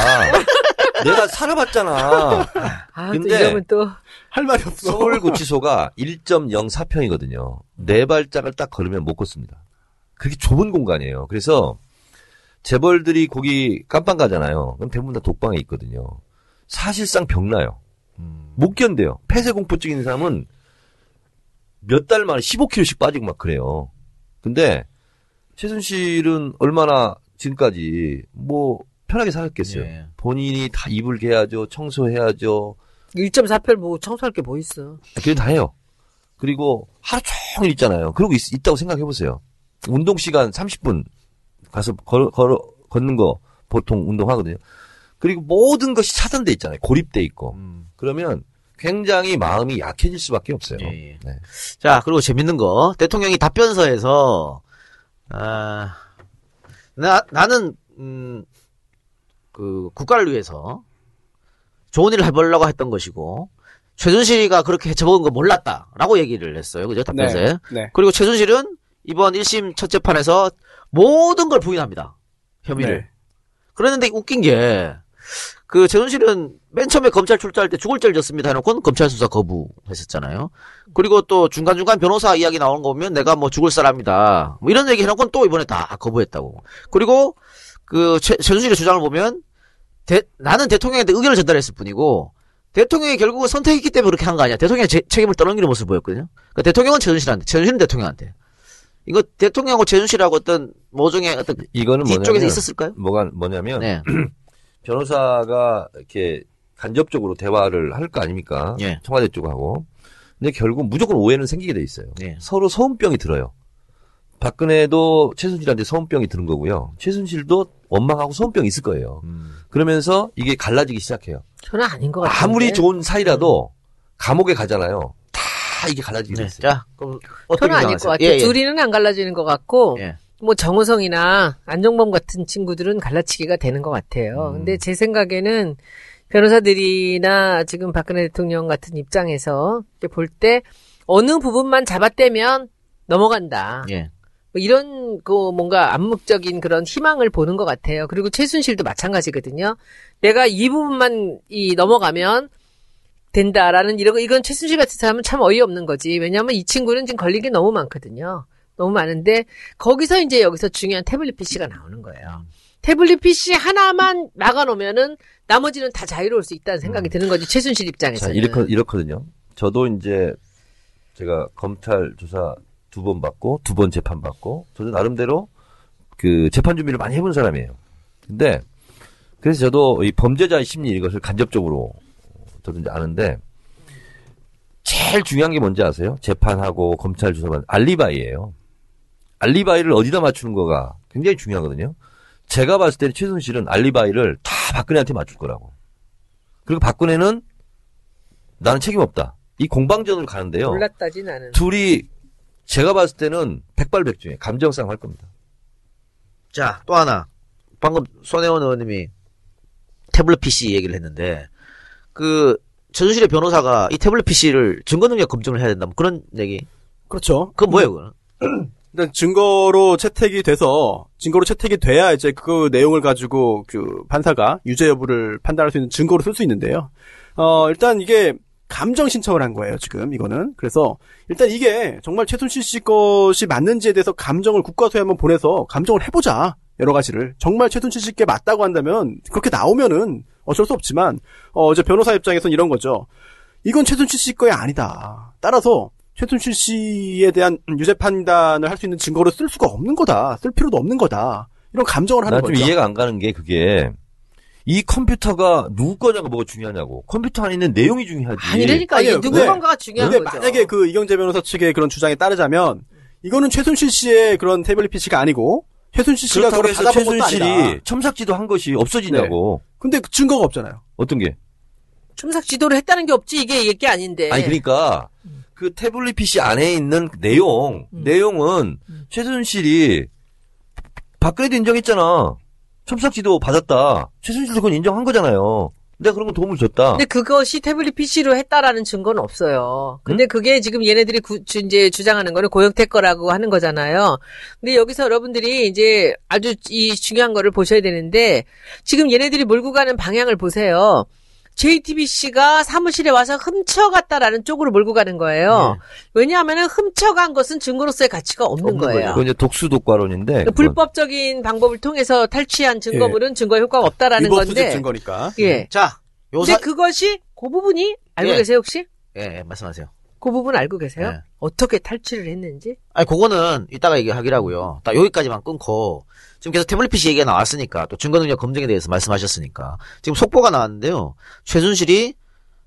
내가 살아봤잖아.
아,
근데-
또 이러면 또
할 말이 없어.
서울구치소가 1.04평이거든요. 네 발짝을 딱 걸으면 못 걷습니다. 그게 좁은 공간이에요. 그래서 재벌들이 거기 깜빵 가잖아요. 그럼 대부분 다 독방에 있거든요. 사실상 병나요. 못 견뎌요. 폐쇄 공포증 있는 사람은 몇 달 만에 15kg씩 빠지고 막 그래요. 근데 최순실은 얼마나 지금까지 뭐 편하게 살았겠어요.
예.
본인이 다 이불 개야죠. 청소해야죠.
1.4표를 뭐 청소할 게 뭐 있어.
그게 다 해요. 그리고 하루 종일 있잖아요. 그러고 있, 다고 생각해 보세요. 운동 시간 30분 가서 걸, 걸어, 걷는 거 보통 운동하거든요. 그리고 모든 것이 차단돼 있잖아요. 고립돼 있고.
음.
그러면 굉장히 마음이 약해질 수밖에 없어요.
예, 예.
네.
자, 그리고 재밌는 거. 대통령이 답변서에서, 아, 나, 나는, 음, 그, 국가를 위해서 좋은 일을 해보려고 했던 것이고, 최순실이가 그렇게 해쳐먹은 거 몰랐다. 라고 얘기를 했어요. 그죠? 답변서에.
네. 네.
그리고 최순실은 이번 1심 첫 재판에서 모든 걸 부인합니다. 혐의를.
네.
그랬는데 웃긴 게, 그 최순실은 맨 처음에 검찰 출두할 때 죽을 죄를 졌습니다 해놓고는 검찰 수사 거부했었잖아요. 그리고 또 중간중간 변호사 이야기 나오는 거 보면 내가 뭐 죽을 사람이다. 뭐 이런 얘기 해놓고는 또 이번에 다 거부했다고. 그리고 그 최, 최순실의 주장을 보면 대- 나는 대통령한테 의견을 전달했을 뿐이고 대통령이 결국은 선택했기 때문에 그렇게 한 거 아니야. 대통령이 제- 책임을 떠넘기는 모습을 보였거든요. 그러니까 대통령은 최순실한테, 최순실은 대통령한테. 이거 대통령하고 최순실하고 어떤 모종의 어떤
이거는
뒤쪽에서
뭐냐면
있었을까요?
뭐가 뭐냐면
네.
변호사가 이렇게 간접적으로 대화를 할 거 아닙니까?
예.
청와대 쪽하고. 근데 결국 무조건 오해는 생기게 돼 있어요.
예.
서로 서운병이 들어요. 박근혜도 최순실한테 서운병이 드는 거고요. 최순실도 원망하고 서운병이 있을 거예요.
음.
그러면서 이게 갈라지기 시작해요.
저는 아닌 것 같아.
아무리 좋은 사이라도 감옥에 가잖아요. 다 이게 갈라지게
음. 네.
됐어요.
자, 그럼 어떻게
저는 아닐 것
생각하세요?
같아. 요 둘이는 안 갈라지는 것 같고,
예.
뭐 정우성이나 안종범 같은 친구들은 갈라치기가 되는 것 같아요. 근데 제 생각에는 변호사들이나 지금 박근혜 대통령 같은 입장에서 볼 때 어느 부분만 잡아떼면 넘어간다.
예.
뭐 이런 그 뭔가 암묵적인 그런 희망을 보는 것 같아요. 그리고 최순실도 마찬가지거든요. 내가 이 부분만 이 넘어가면 된다라는 이런 거- 이건 최순실 같은 사람은 참 어이없는 거지. 왜냐하면 이 친구는 지금 걸린 게 너무 많거든요. 너무 많은데 거기서 이제 여기서 중요한 태블릿 PC가 나오는 거예요. 태블릿 PC 하나만 막아놓으면은 나머지는
음.
다 자유로울 수 있다는 생각이 드는 거지 최순실
자,
입장에서는.
이렇거, 이렇거든요. 저도 이제 제가 검찰 조사 두 번 받고 두 번 재판 받고 저도 나름대로 그 재판 준비를 많이 해본 사람이에요. 근데 그래서 저도 이 범죄자의 심리 이것을 간접적으로 저도 이제 아는데 제일 중요한 게 뭔지 아세요? 재판하고 검찰 조사만 알리바이예요. 알리바이를 어디다 맞추는 거가 굉장히 중요하거든요. 제가 봤을 때는 최순실은 알리바이를 다 박근혜한테 맞출 거라고. 그리고 박근혜는 나는 책임 없다. 이 공방전으로 가는데요.
몰랐다지 나는.
둘이 제가 봤을 때는 백발백중에 감정싸움 할 겁니다.
자, 또 하나. 방금 손혜원 의원님이 태블릿 PC 얘기를 했는데, 그, 최순실의 변호사가 이 태블릿 PC를 증거능력 검증을 해야 된다. 뭐 그런 얘기.
그렇죠.
그건 뭐예요, 그건?
일단 증거로 채택이 돼서 증거로 채택이 돼야 이제 그 내용을 가지고 그 판사가 유죄 여부를 판단할 수 있는 증거로 쓸 수 있는데요. 어 일단 이게 감정 신청을 한 거예요 지금 이거는 그래서 일단 이게 정말 최순실 씨 것이 맞는지에 대해서 감정을 국과수에 한번 보내서 감정을 해보자 여러 가지를 정말 최순실 씨께 맞다고 한다면 그렇게 나오면은 어쩔 수 없지만 어 이제 변호사 입장에선 이런 거죠 이건 최순실 씨 거야 아니다 따라서 최순실 씨에 대한 유죄 판단을 할 수 있는 증거로 쓸 수가 없는 거다. 쓸 필요도 없는 거다. 이런 감정을 하는
난 좀
거죠.
이해가 안 가는 게 그게 이 컴퓨터가 누구 거냐가 뭐가 중요하냐고. 컴퓨터 안에 있는 내용이 중요하지.
아니 그러니까 이게
아니에요.
누구
근데-
건가가 중요한
근데
거죠.
만약에 그 이경재 변호사 측의 그런 주장에 따르자면 이거는 최순실 씨의 그런 태블릿 PC가 아니고 최순실 씨가
그렇다고
그걸
해서
받아본 것도
최순실이
아니다.
첨삭지도 한 것이 없어지냐고.
근데 그 증거가 없잖아요.
어떤 게?
춤삭 지도를 했다는 게 없지 이게 얘기 아닌데.
아니 그러니까 그 태블릿 PC 안에 있는 그 내용,
음.
내용은 최순실이 박근혜도 인정했잖아. 첨삭지도 받았다. 최순실도 그건 인정한 거잖아요. 내가 그런 거 도움을 줬다.
근데 그것이 태블릿 PC로 했다라는 증거는 없어요. 근데 그게 지금 얘네들이 구- 주- 이제 주장하는 거는 고영택 거라고 하는 거잖아요. 근데 여기서 여러분들이 이제 아주 이 중요한 거를 보셔야 되는데 지금 얘네들이 몰고 가는 방향을 보세요. JTBC가 사무실에 와서 훔쳐갔다라는 쪽으로 몰고 가는 거예요. 왜냐하면 훔쳐간 것은 증거로서의 가치가 네. 없는, 거예요.
그건 이제 독수독과론인데.
그러니까 예. 불법적인 방법을 통해서 탈취한 증거물은 증거의 효과가 없다라는
위법 수집
건데.
증거니까.
예.
자,
근데
음. 요사,
그것이 그 부분이 알고
예.
계세요 혹시?
예, 예, 말씀하세요.
그 부분 알고 계세요?
네.
어떻게 탈취를 했는지?
아니, 그거는 이따가 얘기하기라고요. 딱 여기까지만 끊고, 지금 계속 태블릿 PC 얘기가 나왔으니까, 또 증거능력 검증에 대해서 말씀하셨으니까, 지금 속보가 나왔는데요. 최순실이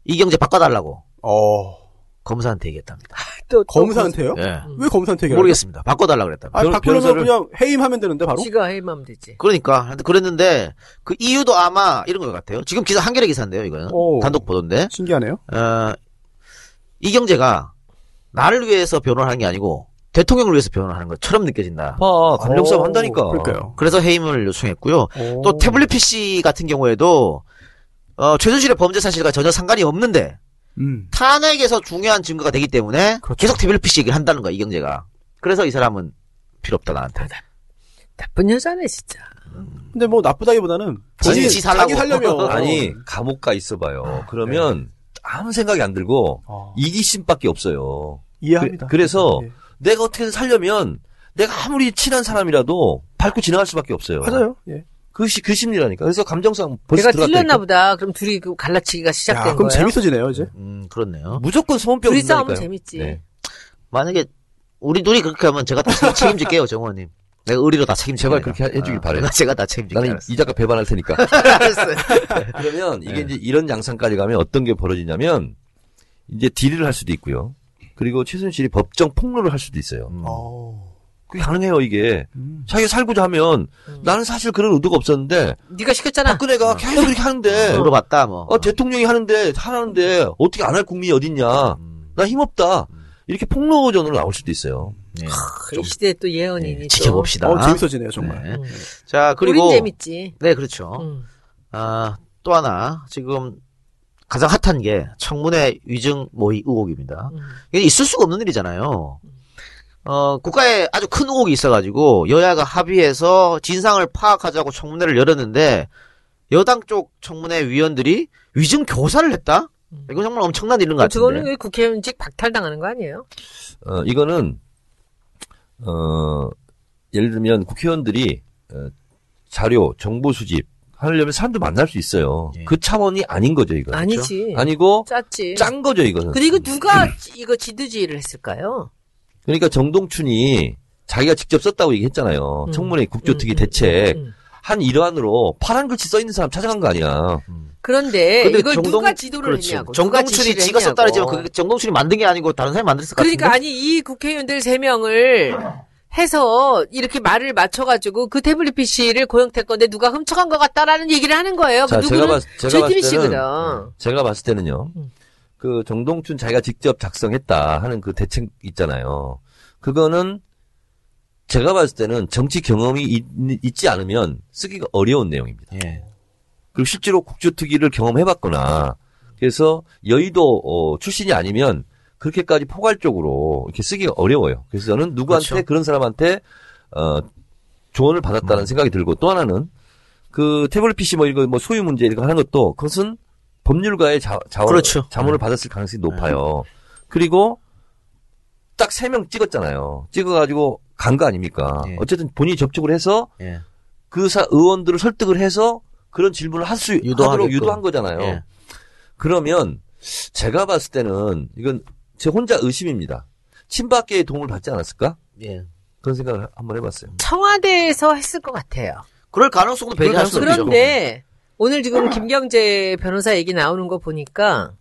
이경재 바꿔달라고
어.
검사한테 얘기했답니다.
또,
검사한테요?
예.
왜 검사한테 얘기를
모르겠습니다. 바꿔달라고 그랬답니다.
아,
변-
바꾸려면
변호사를-
그냥 해임하면 되는데 바로.
지가 해임하면 되지.
그러니까 근데 그랬는데 그 이유도 아마 이런 것 같아요. 지금 기사 한겨레 기사인데요, 이거는
오.
단독 보도인데
신기하네요.
어, 이경재가 나를 위해서 변호하는 게 아니고 대통령을 위해서 변호하는 것처럼 느껴진다.
봐, 감정싸움
오,
한다니까.
그러니까요.
그래서 해임을 요청했고요.
오.
또 태블릿 PC 같은 경우에도 어, 최순실의 범죄 사실과 전혀 상관이 없는데
음.
탄핵에서 중요한 증거가 되기 때문에 계속 태블릿 PC 얘기를 한다는 거야 이경재가. 그래서 이 사람은 필요 없다 나한테.
나쁜 여자네 진짜.
근데 뭐 나쁘다기보다는
그-
지-
본인-
지 살라고.
자기 살려면
아니, 감옥 가 있어봐요. 그러면 아, 네. 아무 생각이 안 들고
어,
이기심밖에 없어요.
이해합니다.
그- 그래서
예.
내가 어떻게든 살려면 내가 아무리 친한 사람이라도 밟고 지나갈 수밖에 없어요.
맞아요. 예.
그, 시, 그 심리라니까. 그래서 감정상 벌써
내가
들어갔다니까.
틀렸나 보다. 그럼 둘이 그 갈라치기가 시작된
야, 그럼
거예요.
재밌어지네요 이제.
음 그렇네요.
무조건 소원병
둘이
있다니까요.
싸우면 재밌지.
네.
만약에 우리 둘이 그렇게 하면 제가 다 책임질게요, 정원님. 내가 의리로 다 책임질게요. 아,
제발 그렇게 해- 해주길 바래요.
제가 다
네,
책임질게요.
나는 이 작가 배반할 테니까.
알았어요.
그러면
네.
이게 이제 이런 양상까지 가면 어떤 게 벌어지냐면 이제 딜을 할 수도 있고요. 그리고 최순실이 법정 폭로를 할 수도 있어요.
음.
어.
그게 가능해요, 이게.
음.
자기가 살고자 하면 나는 사실 그런 의도가 없었는데
네가 시켰잖아.
박근혜가 계속 이렇게 하는데
아.
물어봤다, 뭐.
어, 대통령이 하는데 하라는데 어떻게 안 할 국민이 어딨냐.
음,
나 힘없다. 이렇게 폭로전으로 나올 수도 있어요.
네.
그 시대에 또 예언이니.
네,
또.
지켜봅시다.
어, 재밌어지네요 정말.
네. 자, 그리고.
우린 재밌지.
네, 그렇죠.
음.
아, 또 하나. 지금 가장 핫한 게 청문회 위증 모의 의혹입니다.
음.
이게 있을 수가 없는 일이잖아요. 어, 국가에 아주 큰 의혹이 있어가지고 여야가 합의해서 진상을 파악하자고 청문회를 열었는데 여당 쪽 청문회 위원들이 위증 교사를 했다? 이건 정말 엄청난 일인 것 같은데.
음. 그거는 왜 국회의원직 박탈당하는 거 아니에요?
어, 이거는, 어, 예를 들면 국회의원들이 어, 자료, 정보 수집, 하려면 사람도 만날 수 있어요.
예.
그 차원이 아닌 거죠, 이거.
아니지. 예.
아니고
짰지.
짠 거죠, 이거는.
근데 이거 누가 이거 지도지를 했을까요?
그러니까 정동춘이 자기가 직접 썼다고 얘기했잖아요.
음.
청문회 국조특위
음, 음,
네.
대책
음.
한 일환으로 파란 글씨 써 있는 사람 찾아간 거 아니야.
그런데
근데
예, 이걸
정동-
누가 지도를
그렇지.
했냐고. 누가
정동춘이
지시를
지가
했냐고.
썼다 그랬지만 그게 정동춘이 만든 게 아니고 다른 사람이 만들었을 것
그러니까
같은데.
아니 이 국회의원들 세 명을 해서 이렇게 말을 맞춰가지고 그 태블릿 PC를 고영태 건데 누가 훔쳐간 것 같다라는 얘기를 하는 거예요. 그
자, 제가
누구는
봤, 제가 봤을
JTBC거든.
때는 음, 제가 봤을 때는요.
음.
그 정동춘 자기가 직접 작성했다 하는 그 대책 있잖아요. 그거는 제가 봤을 때는 정치 경험이 있, 있지 않으면 쓰기가 어려운 내용입니다.
예.
그리고 실제로 국조특위를 경험해봤거나 그래서 여의도 어, 출신이 아니면 그렇게까지 포괄적으로 이렇게 쓰기가 어려워요. 그래서 저는 누구한테
그렇죠.
그런 사람한테 어, 조언을
음.
받았다는 생각이 들고 또 하나는 그 태블릿 PC 뭐 이거 뭐 소유 문제 이런 거 하는 것도 그것은 법률가의 자, 자,
그렇죠. 네.
자문을 받았을 가능성이 높아요. 그리고 딱 세 명 찍었잖아요. 찍어가지고 간 거 아닙니까?
예.
어쨌든 본인이 접촉을 해서
예.
그 사, 의원들을 설득을 해서 그런 질문을 할 수
유도하게끔.
하도록 유도한 거잖아요.
예.
그러면 제가 봤을 때는 이건 제 혼자 의심입니다. 친박계의 도움을 받지 않았을까?
예.
그런 생각을 한번 해봤어요.
청와대에서 했을 것 같아요.
그럴 가능성도 배제할 수 없죠.
그런데 오늘 지금 김경재 변호사 얘기 나오는 거 보니까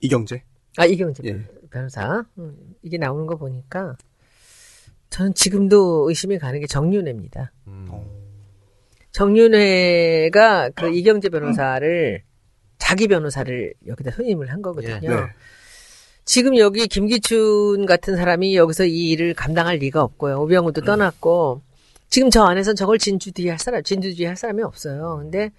이경재.
아 이경재
예.
변호사 음, 이게 나오는 거 보니까 저는 지금도 의심이 가는 게 정윤회입니다.
어.
정윤회가 그 이경재 변호사를 자기 변호사를 여기다 선임을 한 거거든요.
예.
네.
지금 여기 김기춘 같은 사람이 여기서 이 일을 감당할 리가 없고요. 오병우도 떠났고 지금 저 안에선 저걸 진주지휘 할 사람, 진주지휘 할 사람이 없어요. 근데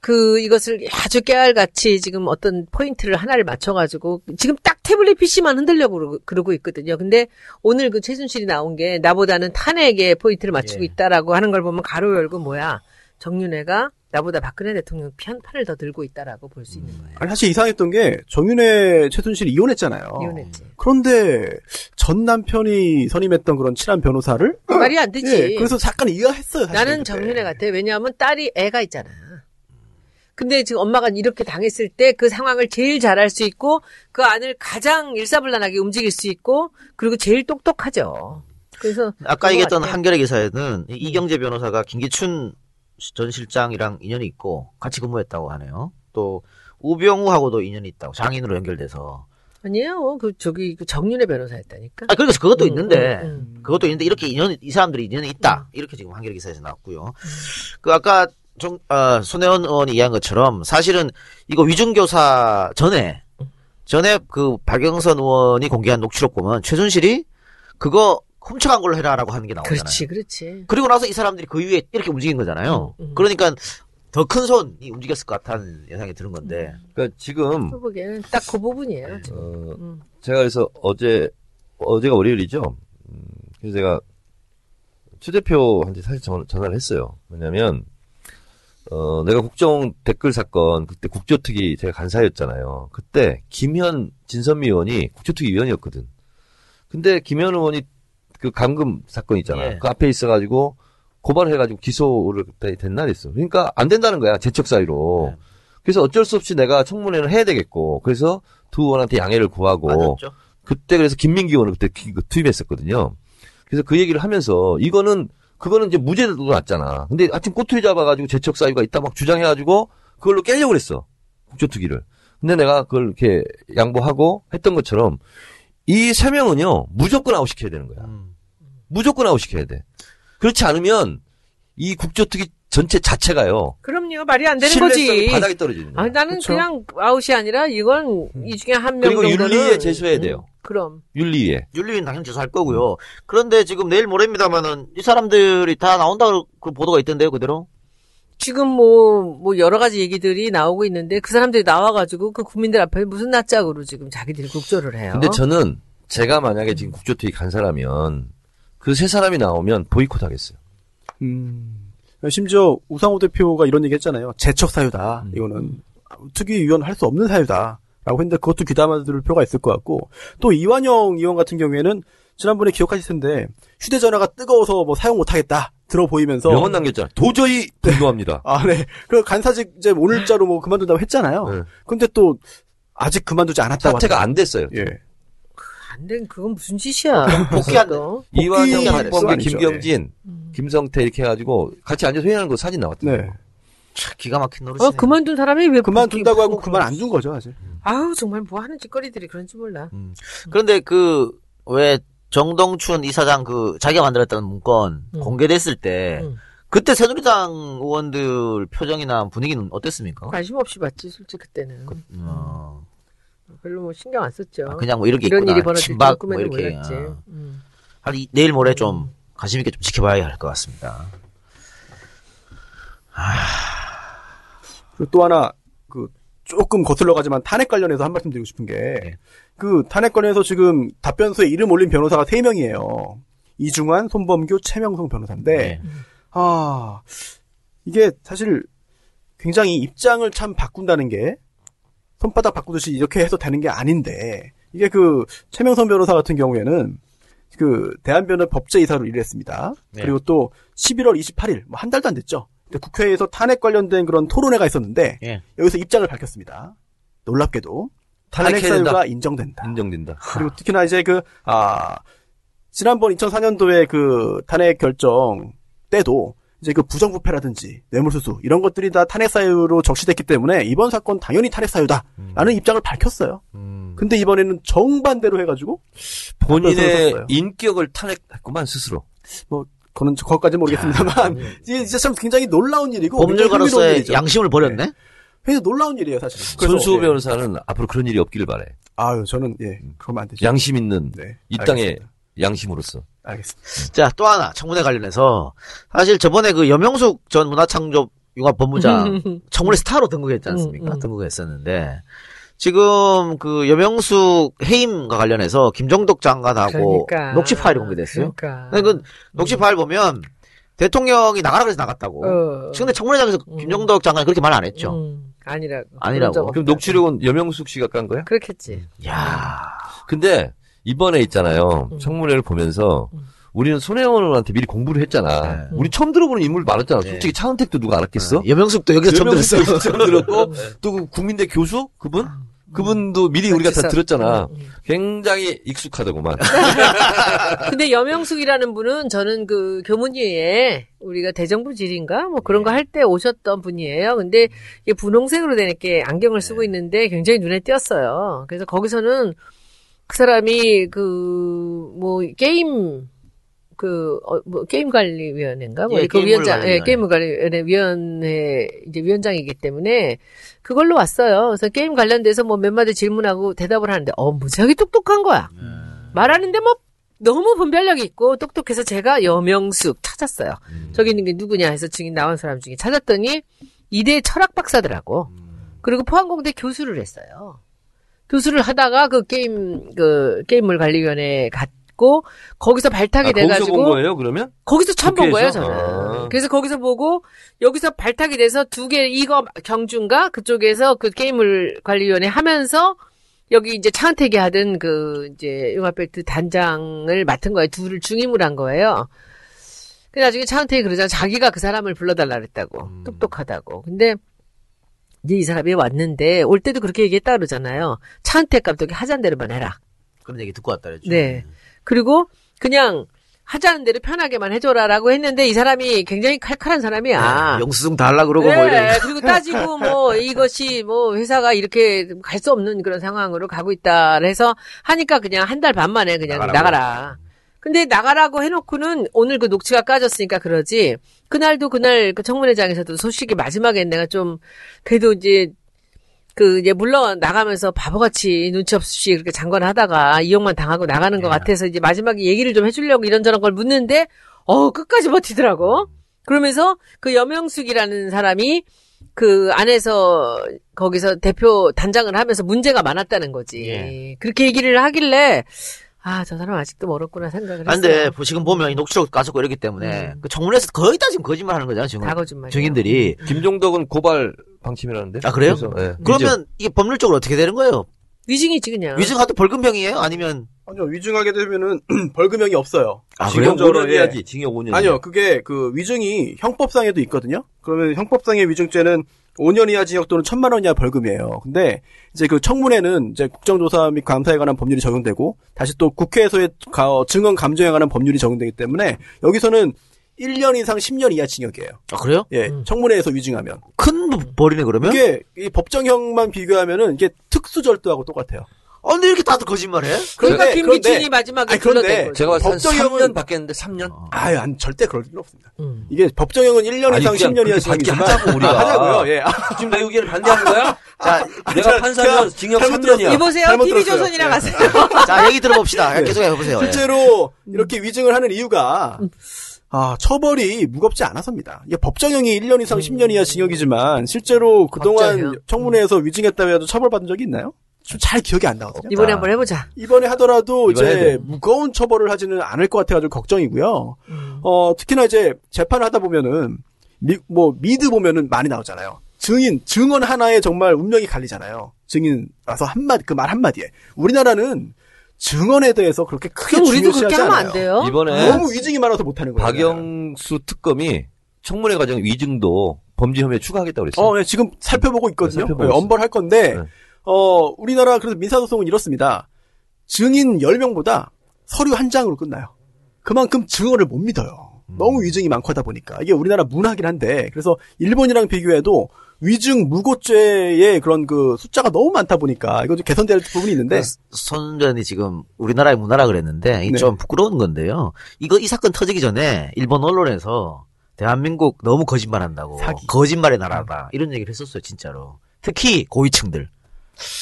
그 이것을 아주 깨알같이 지금 어떤 포인트를 하나를 맞춰가지고 지금 딱 태블릿 PC만 흔들려고 그러고- 그러고 있거든요. 근데 오늘 그 최순실이 나온 게 나보다는 탄핵에 포인트를 맞추고
예.
있다라고 하는 걸 보면 가로 열고 뭐야 정윤회가 나보다 박근혜 대통령 편 판을 더 들고 있다라고 볼 수 있는 거예요.
아니, 사실 이상했던 게 정윤회 최순실이 이혼했잖아요.
이혼했지.
그런데 전 남편이 선임했던 그런 친한 변호사를
말이 안 되지.
예, 그래서 잠깐 이해했어요. 사실은
나는
그때.
정윤회 같아. 왜냐하면 딸이 애가 있잖아. 근데 지금 엄마가 이렇게 당했을 때 그 상황을 제일 잘할 수 있고 그 안을 가장 일사불란하게 움직일 수 있고 그리고 제일 똑똑하죠. 그래서
아까
그거
얘기했던
같아요. 음.
한겨레 기사에는 이- 이경재 변호사가 김기춘 전 실장이랑 인연이 있고 같이 근무했다고 하네요. 또 우병우하고도 인연이 있다고 장인으로 연결돼서.
아니에요. 그 저기 그 정윤회 변호사였다니까.
아 그러니까 그것도
음,
있는데
음, 음.
그것도 있는데 이렇게 인연 이 사람들이 인연이 있다 이렇게 지금 한겨레 기사에서 나왔고요.
음.
그 아까 정, 아, 손혜원 의원이 이야기한 것처럼 사실은 이거 위중교사 전에 전에 그 박영선 의원이 공개한 녹취록 보면 최순실이 그거 훔쳐간 걸로 해라라고 하는 게 나오잖아요.
그렇지, 그렇지.
그리고 나서 이 사람들이 그 위에 이렇게 움직인 거잖아요.
음, 음.
그러니까 더 큰 손이 움직였을 것 같다는 예상이 드는 건데.
음.
그러니까 지금
보기에는 딱 그 부분이에요. 지금.
어,
음.
제가 그래서 어제 어제가 월요일이죠. 음, 그래서 제가 최 대표한테 사실 전, 화를 했어요. 왜냐면 어, 내가 국정 댓글 사건 그때 국조특위 제가 간사였잖아요. 그때 김현 진선미 의원이 국조특위 위원이었거든. 근데 김현 의원이 그 감금 사건 있잖아.
예.
그 앞에 있어가지고 고발해가지고 기소를 그때 된 날이 있어. 그러니까 안 된다는 거야 재척 사이로.
네.
그래서 어쩔 수 없이 내가 청문회를 해야 되겠고 그래서 두 의원한테 양해를 구하고
맞았죠?
그때 그래서 김민기 의원을 그때 기- 그 투입했었거든요. 그래서 그 얘기를 하면서 이거는 그거는 이제 무죄도 났잖아. 근데 하여튼 꼬투리 잡아가지고 재척 사유가 있다 막 주장해가지고 그걸로 깨려고 그랬어. 국조투기를. 근데 내가 그걸 이렇게 양보하고 했던 것처럼 이 세 명은요 무조건 아웃시켜야 되는 거야.
음.
무조건 아웃시켜야 돼. 그렇지 않으면 이 국조투기 전체 자체가요
그럼요. 말이 안 되는
신뢰성이
거지.
바닥에 떨어지는 거야.
아, 나는
그쵸.
그냥 아웃이 아니라 이건 이 중에 한 명
그리고
정도는
윤리에 제소해야 돼요.
음, 그럼.
윤리위에.
윤리위는 당연히 조사할 거고요. 그런데 지금 내일 모레입니다만은 이 사람들이 다 나온다고 그 보도가 있던데요, 그대로?
지금 뭐, 뭐, 여러 가지 얘기들이 나오고 있는데, 그 사람들이 나와가지고, 그 국민들 앞에 무슨 낯짝으로 지금 자기들이 국조를 해요.
근데 저는 제가 만약에 지금 국조투기 간 사람이면 그 세 사람이 나오면 보이콧 하겠어요.
음. 심지어 우상호 대표가 이런 얘기 했잖아요. 재척 사유다.
음.
이거는 특위위원 할 수 없는 사유다. 라고 했는데 그것도 귀담아 들을 필요가 있을 것 같고 또 이완영 의원 같은 경우에는 지난번에 기억하실 텐데 휴대전화가 뜨거워서 뭐 사용 못하겠다 들어 보이면서
명언 남겼잖아. 도저히 분노합니다.
아, 네. 그 간사직 이제 오늘자로 뭐 그만둔다고 했잖아요.
네.
근데 또 아직 그만두지 않았다고
사퇴가 안 됐어요.
하더라고요. 예.
안 된, 그건 무슨 짓이야. 어,
복귀한-
너.
이완용,
복귀가
박범계,
아니죠. 예.
김경진,
음.
김성태 이렇게 해가지고 같이 앉아서 회의하는 거 사진 나왔던
네.
요
참 기가 막힌 노릇이네.
어, 그만둔 사람이 왜
그만둔다고 하고
복귀-
그만 안 둔 거죠, 사실.
아우, 정말 뭐 하는 짓거리들이 그런지 몰라.
음. 그런데 그, 왜, 정동춘 이사장 그, 자기가 만들었다는 문건
음.
공개됐을 때,
음.
그때 새누리당 의원들 표정이나 분위기는 어땠습니까?
관심 없이 봤지, 솔직히 그때는.
어,
별로 뭐 신경 안 썼죠.
아, 그냥 뭐 이렇게
이런 일이
있구나.
벌어질 줄
친박 뭐
꿈에도
이렇게.
몰랐지.
아.
음.
한 이- 내일 모레 좀 관심 있게 좀 지켜봐야 할 것 같습니다.
그리고 또 하나 그 조금 거슬러 가지만 탄핵 관련해서 한 말씀 드리고 싶은 게 그 탄핵 관련해서 지금 답변서에 이름 올린 변호사가 세명이에요 이중환, 손범규, 최명성 변호사인데
네.
아, 이게 사실 굉장히 입장을 참 바꾼다는 게 손바닥 바꾸듯이 이렇게 해서 되는 게 아닌데 이게 그 최명선 변호사 같은 경우에는 그 대한변호 법제이사로 일했습니다.
네.
그리고 또 11월 28일 뭐 한 달도 안 됐죠. 근데 국회에서 탄핵 관련된 그런 토론회가 있었는데
예.
여기서 입장을 밝혔습니다. 놀랍게도 탄핵
탄핵해야 된다.
사유가 인정된다.
인정된다.
그리고 특히나 이제 그, 아, 지난번 2004년도에 그 탄핵 결정 때도 이제 그 부정부패라든지 뇌물수수 이런 것들이 다 탄핵 사유로 적시됐기 때문에 이번 사건 당연히 탄핵 사유다라는
음.
입장을 밝혔어요. 근데 이번에는 정반대로 해가지고
본인의
썼어요.
인격을 탄핵했구만 스스로.
뭐 그거는 저- 그것까지
아, 네.
모르겠습니다만 이게 진짜 참 굉장히 놀라운 일이고 굉장히 흥미로운
법률가로서의
일이죠.
양심을 버렸네?
굉장히 놀라운 일이에요 사실. 그래서,
손수호
예.
변호사는 앞으로 그런 일이 없기를 바래.
아유 저는 예 그러면 안 되죠.
양심 있는
네,
이 땅의
알겠습니다.
양심으로서.
알겠습니다.
자, 또 하나, 청문회 관련해서. 사실 저번에 그 여명숙 전 문화창조 융합법무장 청문회 스타로 등극했지 않습니까?
음, 음.
등극했었는데. 지금 그 여명숙 해임과 관련해서 김종덕 장관하고
그러니까.
녹취 파일이 공개됐어요.
그러니까.
근데 그 녹취 파일 보면 대통령이 나가라 그래서 나갔다고.
어.
근데 청문회장에서
음.
김종덕 장관이 그렇게 말 안 했죠.
음, 아니라고.
아니라고.
그런 적
그럼
없다.
녹취록은 여명숙 씨가 깐 거야?
그렇겠지.
야
근데 이번에 있잖아요.
음.
청문회를 보면서
음.
우리는 손혜원 의원한테 미리 공부를 했잖아.
네.
우리 처음 들어보는 인물 많았잖아.
네.
솔직히 차은택도 누가 알았겠어?
여명숙도 여기서 처음 들었어.
네. 여명숙도 처음 들었고 또그 국민대 교수 그분 그분도 미리 우리가 다
지사-
들었잖아.
음, 음.
굉장히 익숙하다고만.
근데 여명숙이라는 분은 저는 그 교문위에 우리가 대정부 질인가 뭐 그런 거 할 때 오셨던 분이에요. 근데 이게 분홍색으로 된 이렇게 안경을 쓰고 있는데 굉장히 눈에 띄었어요. 그래서 거기서는 그 사람이 그 뭐 게임 그, 어, 뭐, 게임관리위원회인가? 뭐,
예,
그 위원장,
게임물관리위원회.
예, 게임관리위원회, 이제 위원장이기 때문에, 그걸로 왔어요. 그래서 게임 관련돼서 뭐 몇 마디 질문하고 대답을 하는데, 어, 무지하게 똑똑한 거야.
네.
말하는데 뭐 너무 분별력이 있고 똑똑해서 제가 여명숙 찾았어요. 저기 있는 게 누구냐 해서 지금 나온 사람 중에 찾았더니 이대 철학 박사더라고. 그리고 포항공대 교수를 했어요. 교수를 하다가 그 게임 그 게임물 관리위원회 갔고 거기서 발탁이
아, 거기서 본
돼가지고
거예요 그러면?
거기서 처음 본 거예요,
국회에서?
저는.
아.
그래서 거기서 보고, 여기서 발탁이 돼서 두 개, 이거 경주인가? 그쪽에서 그 게임을 관리위원회 하면서, 여기 이제 차은택이 하던 그, 이제, 융합벨트 단장을 맡은 거예요. 둘을 중임을 한 거예요. 그 나중에 차은택이 그러잖아. 자기가 그 사람을 불러달라 그랬다고.
음.
똑똑하다고. 근데, 이제 이 사람이 왔는데, 올 때도 그렇게 얘기했다 그러잖아요. 차은택 감독이 하잔대로만 해라.
그런 얘기 듣고 왔다 그랬죠.
네. 그리고 그냥 하자는 대로 편하게만 해줘라라고 했는데 이 사람이 굉장히 칼칼한 사람이야.
영수증 달라 그러고 뭐 이런.
아. 네, 그리고 따지고 뭐 이것이 뭐 회사가 이렇게 갈 수 없는 그런 상황으로 가고 있다 해서 하니까 그냥 한 달 반 만에 그냥 나가라
나가라고.
근데 나가라고 해놓고는 오늘 그 녹취가 까졌으니까 그러지. 그날도 그날 그 청문회장에서도 소식이 마지막에 내가 좀 그래도 이제 그 이제 물론 나가면서 바보같이 눈치 없이 그렇게 장관하다가 이용만 당하고 나가는
네.
것 같아서 이제 마지막에 얘기를 좀 해주려고 이런저런 걸 묻는데 어 끝까지 버티더라고. 그러면서 그 여명숙이라는 사람이 그 안에서 거기서 대표 단장을 하면서 문제가 많았다는 거지.
예.
그렇게 얘기를 하길래 아 저 사람 아직도 멀었구나 생각을
아,
했어요.
근데 보- 지금 보면 이 녹취록 까졌고 이렇기 때문에
음.
그 청문회에서 거의 다 지금 거짓말 하는 거잖아
뭐,
지금
다 거짓말이야.
증인들이
김종덕은 고발 방침이라는데.
아, 그래요?
그래서, 예.
음.
그러면 이게 법률적으로 어떻게 되는 거예요?
위증이지 그냥.
위증하도 벌금형이에요? 아니면
아니요, 위증하게 되면은 벌금형이 없어요.
아 그래요?
징역
기본적으로,
5년
예.
해야지. 징역 5년.
아니요, 그게 그 위증이 형법상에도 있거든요. 그러면 형법상의 위증죄는 5년 이하 징역 또는 1천만 원 이하 벌금이에요. 근데 이제 그 청문회는 이제 국정조사 및 감사에 관한 법률이 적용되고 다시 또 국회에서의 가- 어, 증언 감정에 관한 법률이 적용되기 때문에 여기서는 1년 이상 10년 이하 징역이에요.
아 그래요?
예,
음.
청문회에서 위증하면.
큰 벌이네 그러면?
이게 이 법정형만 비교하면은 이게 특수절도하고 똑같아요.
아 근데 이렇게 다들 거짓말해?
그러니까
그런데-
김기춘이
그런데-
마지막에
아니, 그런데
불러댄 거죠.
제가 봤을 때
법정형은-
3년 받겠는데 3년?
아유, 안 절대 그럴 필요 없습니다.
음.
이게 법정형은 1년
어. 아니,
이상
그냥
10년 이하
그렇게
징역이지만
받게 하자고, 우리가. 어,
하자고요. 예. 아,
지금 내 의견을 반대하는 거야?
자,
내가 판사면 징역 3년이야.
이보세요.
음. 잘못 들었어요.
TV조선이랑
예.
가세요.
자 얘기 들어봅시다. 계속 해보세요. 예.
실제로 이렇게 위증을 하는 이유가 아, 처벌이 무겁지 않아서입니다. 이게 법정형이 1년 이상 10년 이하 징역이지만 실제로 그동안
법정형.
청문회에서 위증했다고 해도 처벌받은 적이 있나요? 좀 잘 기억이 안 나거든요.
이번에 한번 해보자.
이번에 하더라도
이번에 해야
이제 무거운 처벌을 하지는 않을 것 같아가지고 걱정이고요. 어, 특히나 이제 재판을 하다 보면은, 미, 뭐, 미드 보면은 많이 나오잖아요. 증인, 증언 하나에 정말 운명이 갈리잖아요. 증인, 와서 한마디, 그 말 한마디에. 우리나라는 증언에 대해서 그렇게 크게
그럼 우리도
중요시하지
그렇게
않아요.
하면 안 돼요?
이번에
너무 위증이 많아서 못하는 거예요.
네. 박영수 특검이 청문회 과정 위증도 범죄 혐의에 추가하겠다고 그랬어요.
어, 네, 지금 살펴보고 있거든요.
네, 살펴보고
네,
있어요.
엄벌할 건데,
네.
어, 우리나라 그래서 민사소송은 이렇습니다. 증인 10명보다 서류 한 장으로 끝나요. 그만큼 증언을 못 믿어요.
음.
너무 위증이 많고 하다 보니까. 이게 우리나라 문화긴 한데, 그래서 일본이랑 비교해도 위증 무고죄의 그런 그 숫자가 너무 많다 보니까, 이거 좀 개선될 부분이 있는데,
선전이 지금 우리나라의 문화라 그랬는데 이게
네.
좀 부끄러운 건데요. 이거 이 사건 터지기 전에 일본 언론에서 대한민국 너무 거짓말한다고
사기.
거짓말의 나라다 이런 얘기를 했었어요 진짜로. 특히 고위층들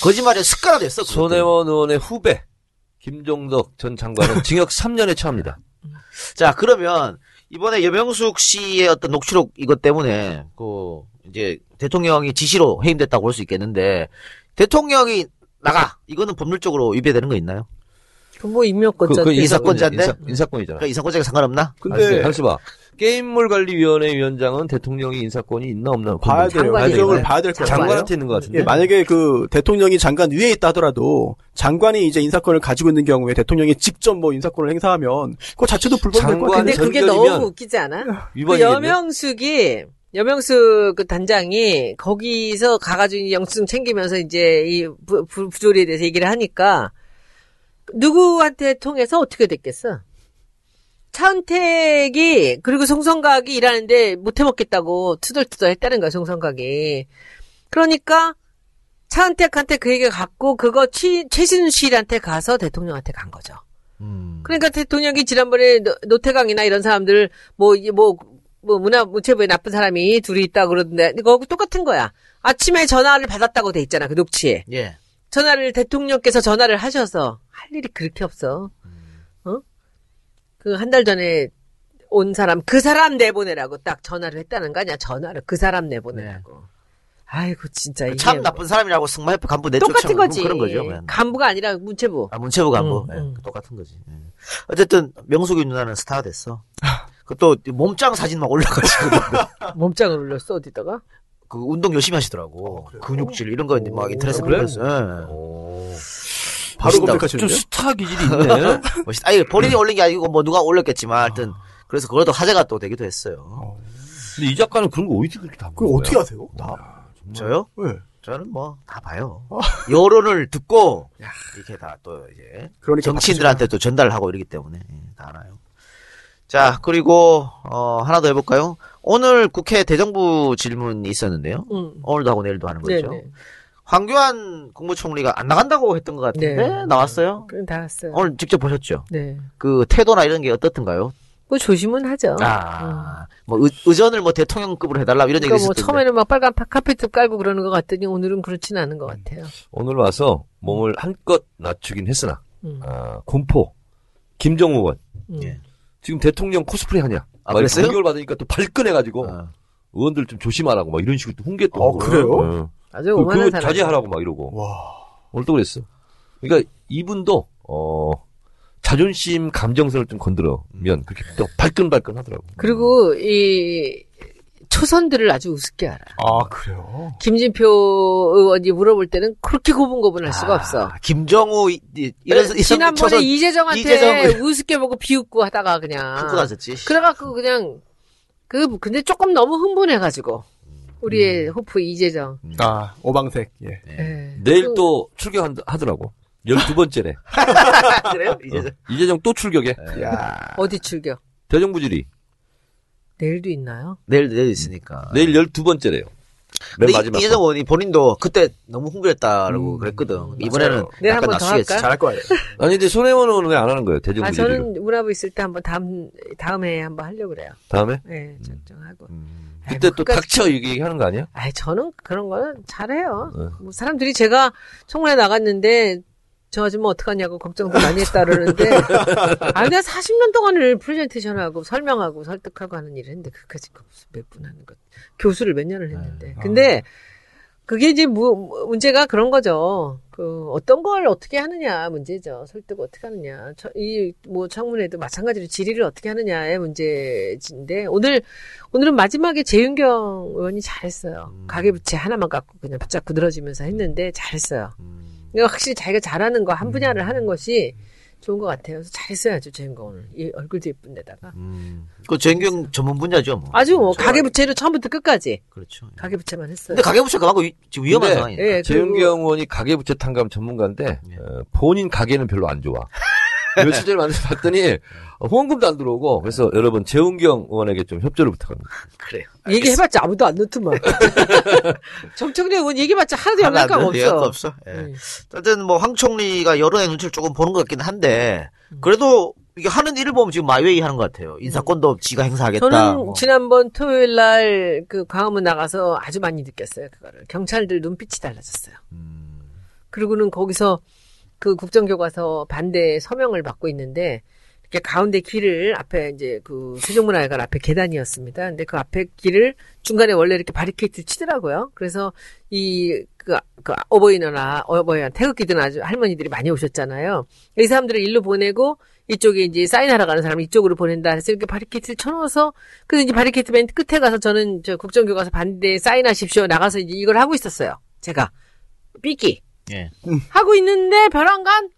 거짓말의 습관화 됐어. 그것들이.
손혜원 의원의 후배 김종덕 전 장관은 징역 3년에 처합니다.
자 그러면 이번에 여명숙 씨의 어떤 녹취록 이것 때문에 그 이제 대통령이 지시로 해임됐다고 볼 수 있겠는데 대통령이 나가 이거는 법률적으로 위배되는 거 있나요?
그럼 뭐 임명권자.
그- 그
인사권자인데?
인사- 인사권이잖아.
그러니까 인사권자가 상관없나?
근데
잠시 봐. 게임물관리위원회 위원장은 대통령이 인사권이 있나 없나
봐야
그건
돼요.
장관이
규정을
이거예요.
봐야 될 것 같아요.
장관한테 있는 것 같은데.
예, 만약에 그 대통령이 장관 위에 있다 하더라도 장관이 이제 인사권을 가지고 있는 경우에 대통령이 직접 뭐 인사권을 행사하면 그거 자체도 불법될 것
장관-
같은데
근데 그게
전결이면
너무 웃기지 않아? 그
위반이겠네.
여명숙이 여명숙 그 단장이 거기서 가가지고 이 영수증 챙기면서 이제 이 부, 부, 부조리에 대해서 얘기를 하니까 누구한테 통해서 어떻게 됐겠어? 차은택이 그리고 송성각이 일하는데 못해 먹겠다고 투덜투덜 했다는 거야 송성각이. 그러니까 차은택한테 그 얘기 갖고 그거 취, 최순실한테 가서 대통령한테 간 거죠.
음.
그러니까 대통령이 지난번에 노- 노태강이나 이런 사람들 뭐 이게 뭐, 뭐 문화 문체부에 나쁜 사람이 둘이 있다 그러던데 그거하고 똑같은 거야. 아침에 전화를 받았다고 돼 있잖아 그 녹취에
예.
전화를 대통령께서 전화를 하셔서 할 일이 그렇게 없어. 어? 그 한 달 전에 온 사람 그 사람 내보내라고 딱 전화를 했다는 거 아니야 전화를 그 사람 내보내라고. 아이고 진짜 이게
네. 참 나쁜 사람이라고 승마협회 간부 내쫓아 뭐
똑같은 거지.
그런 거죠. 그냥.
간부가 아니라 문체부.
아, 문체부 간부
음,
예,
음.
똑같은 거지. 예. 어쨌든 명숙이 누나는 스타가 됐어. 그또 몸짱 사진 막 올라가지고 아.
몸짱을 올렸어 어디다가?
그 운동 열심히 하시더라고. 근육질 이런 거 이제 막 인터넷에
그래?
보면서 예. 멋있다.
바로
좀
검색하시는데
스타 기질이 있네.
멋있다. 아니 본인이 올린 게 아니고 뭐 누가 올렸겠지만 하여튼 그래서 그걸도 화제가 또 되기도 했어요.
근데 이 작가는 그런 거 어디서 그렇게 다
그걸
보는
어떻게
거야?
하세요? 그러니까 다?
저요?
왜?
저는 뭐 다 봐요. 여론을 듣고 이렇게 다 또 이제
그러니까
정치인들한테 또 전달하고 이러기 때문에 예, 다 알아요. 자 그리고 어, 하나 더 해볼까요? 오늘 국회 대정부 질문이 있었는데요.
응.
오늘도 하고 내일도 하는 거죠.
네네.
황교안 국무총리가 안 나간다고 했던 것 같은데
네.
나왔어요.
그럼 다 왔어요.
오늘 직접 보셨죠?
네.
그 태도나 이런 게 어떻던가요?
뭐 조심은 하죠.
아, 뭐 의, 의전을 뭐 대통령급으로 해달라 이런 얘기
그러니까 뭐
있었던데.
처음에는 막 빨간 파- 카펫도 깔고 그러는 것 같더니 오늘은 그렇진 않은 것 같아요.
오늘 와서 몸을 한껏 낮추긴 했으나
음.
아, 공포 김정우 의원
음.
예.
지금 대통령 코스프레 하냐?
아, 그랬어요?
공격을 받으니까 또 발끈해가지고
어.
의원들 좀 조심하라고 막 이런 식으로 또 훈계 또.
아,
어,
하고.
그래요?
예.
아주
그-
오만한
그거
사람.
자제하라고 막 이러고
와.
오늘 또 그랬어. 그러니까 이분도 어 자존심
그
감정선을 좀 건드려면 그렇게 또 발끈발끈하더라고.
그리고 이 초선들을 아주 우습게 알아.
아, 그래요?
김진표 의원이 물어볼 때는 그렇게 고분고분할 수가 없어. 네,
아, 김정우 이- 이- 이런 이- 이런
지난번에
쳐서
이재정한테
이재정을-
우습게 보고 비웃고 하다가 그냥
푸고 다녔지.
그래갖고 그냥 그 근데 조금 너무 흥분해가지고 우리의 호프 이재정.
아, 오방색, 예.
예.
내일
그-
또 출격하더라고. 12번째래. 어,
그래요? 이제
이재정 또 출격해.
네.
야
어디 출격?
대정부질이.
내일도 있나요?
내일 내일
음.
있으니까. 네.
내일 12번째래요. 맨
근데 이-
마지막.
이재정 의원이 본인도 그때 너무 흥분했다라고
음,
그랬거든.
맞아요.
이번에는 약간
내일 네, 한번더
낮추겠지.
할까요?
잘할 거예요.
아니 근데 손혜원 의원은 왜 안 하는 거예요?
아
대정부질이.
저는 문화부 있을 때 한번 다음 다음 해에 한번 하려고 그래요.
다음에
예, 정정하고.
음.
그때 또
끝까지-
닥쳐 이렇게 얘기하는 거 아니야?
아이 저는 그런 거는 잘해요.
네.
뭐 사람들이 제가 청문회 나갔는데 저 아줌마 어떡하냐고 걱정도 많이 했다 그러는데 아 내가 40년 동안을 프레젠테이션하고 설명하고 설득하고 하는 일을 했는데 그까지 몇 분 하는 것 교수를 몇 년을 했는데 근데 그게 이제 무, 무- 문제가 그런 거죠. 그 어떤 걸 어떻게 하느냐 문제죠. 설득을 어떻게 하느냐. 이 뭐 청문회도 마찬가지로 질의를 어떻게 하느냐의 문제인데 오늘 오늘은 마지막에 재윤경 의원이 잘했어요.
음.
가계부채 하나만 갖고 그냥 붙잡고 늘어지면서 했는데 잘했어요. 그러니까 확실히 자기가 잘하는 거 한 분야를 하는 것이 좋은 것 같아요. 그래서 잘했어야죠 재윤경 오늘. 이 얼굴도 예쁜 데다가
그 전경 전문 분야죠, 뭐.
아주 뭐
저-
가계부채로 처음부터 끝까지
그렇죠.
가계부채만 했어요.
근데 가계부채 그만큼 위- 지금 위험한
근데-
상황이니까.
예, 그리고-
재윤경 의원이 가계부채 탕감 전문가인데
예.
네.
어, 본인 가게는 별로 안 좋아. 며칠 전에 만나서 봤더니 어, 후원금도 안 들어오고 그래서
예.
여러분 재훈경 의원에게 좀 협조를 부탁합니다.
그래요.
얘기해봤자 아무도 안 넣더만. 정청래 의원 얘기해봤자 하나도
하나
연락감
안 돼요. 연락도
없어.
없어. 예.
음.
어쨌든 뭐 황총리가 여론의 눈치를 조금 보는 것 같긴 한데
음.
그래도 이게 하는 일을 보면 지금 마이웨이 하는 것 같아요. 인사권도 지가 행사하겠다.
음. 저는
뭐.
지난번 토요일 날 그 광화문 나가서 아주 많이 느꼈어요. 그거를 경찰들 눈빛이 달라졌어요.
음.
그리고는 거기서 그 국정교과서 반대 서명을 받고 있는데 이렇게 가운데 길을 앞에 이제 그 세종문화회관 앞에 계단이었습니다. 근데 그 앞에 길을 중간에 원래 이렇게 바리케이트를 치더라고요. 그래서 이, 그, 그 어버이너나 어버이나 태극기든 아주 할머니들이 많이 오셨잖아요. 이 사람들을 일로 보내고 이쪽에 이제 사인하러 가는 사람 이쪽으로 보낸다 해서 이렇게 바리케이트를 쳐놓아서 근데 이제 바리케이트 맨 끝에 가서 저는 저 국정교과서 반대 사인하십시오 나가서 이제 이걸 하고 있었어요. 제가 삐끼
예.
하고 있는데 벼랑간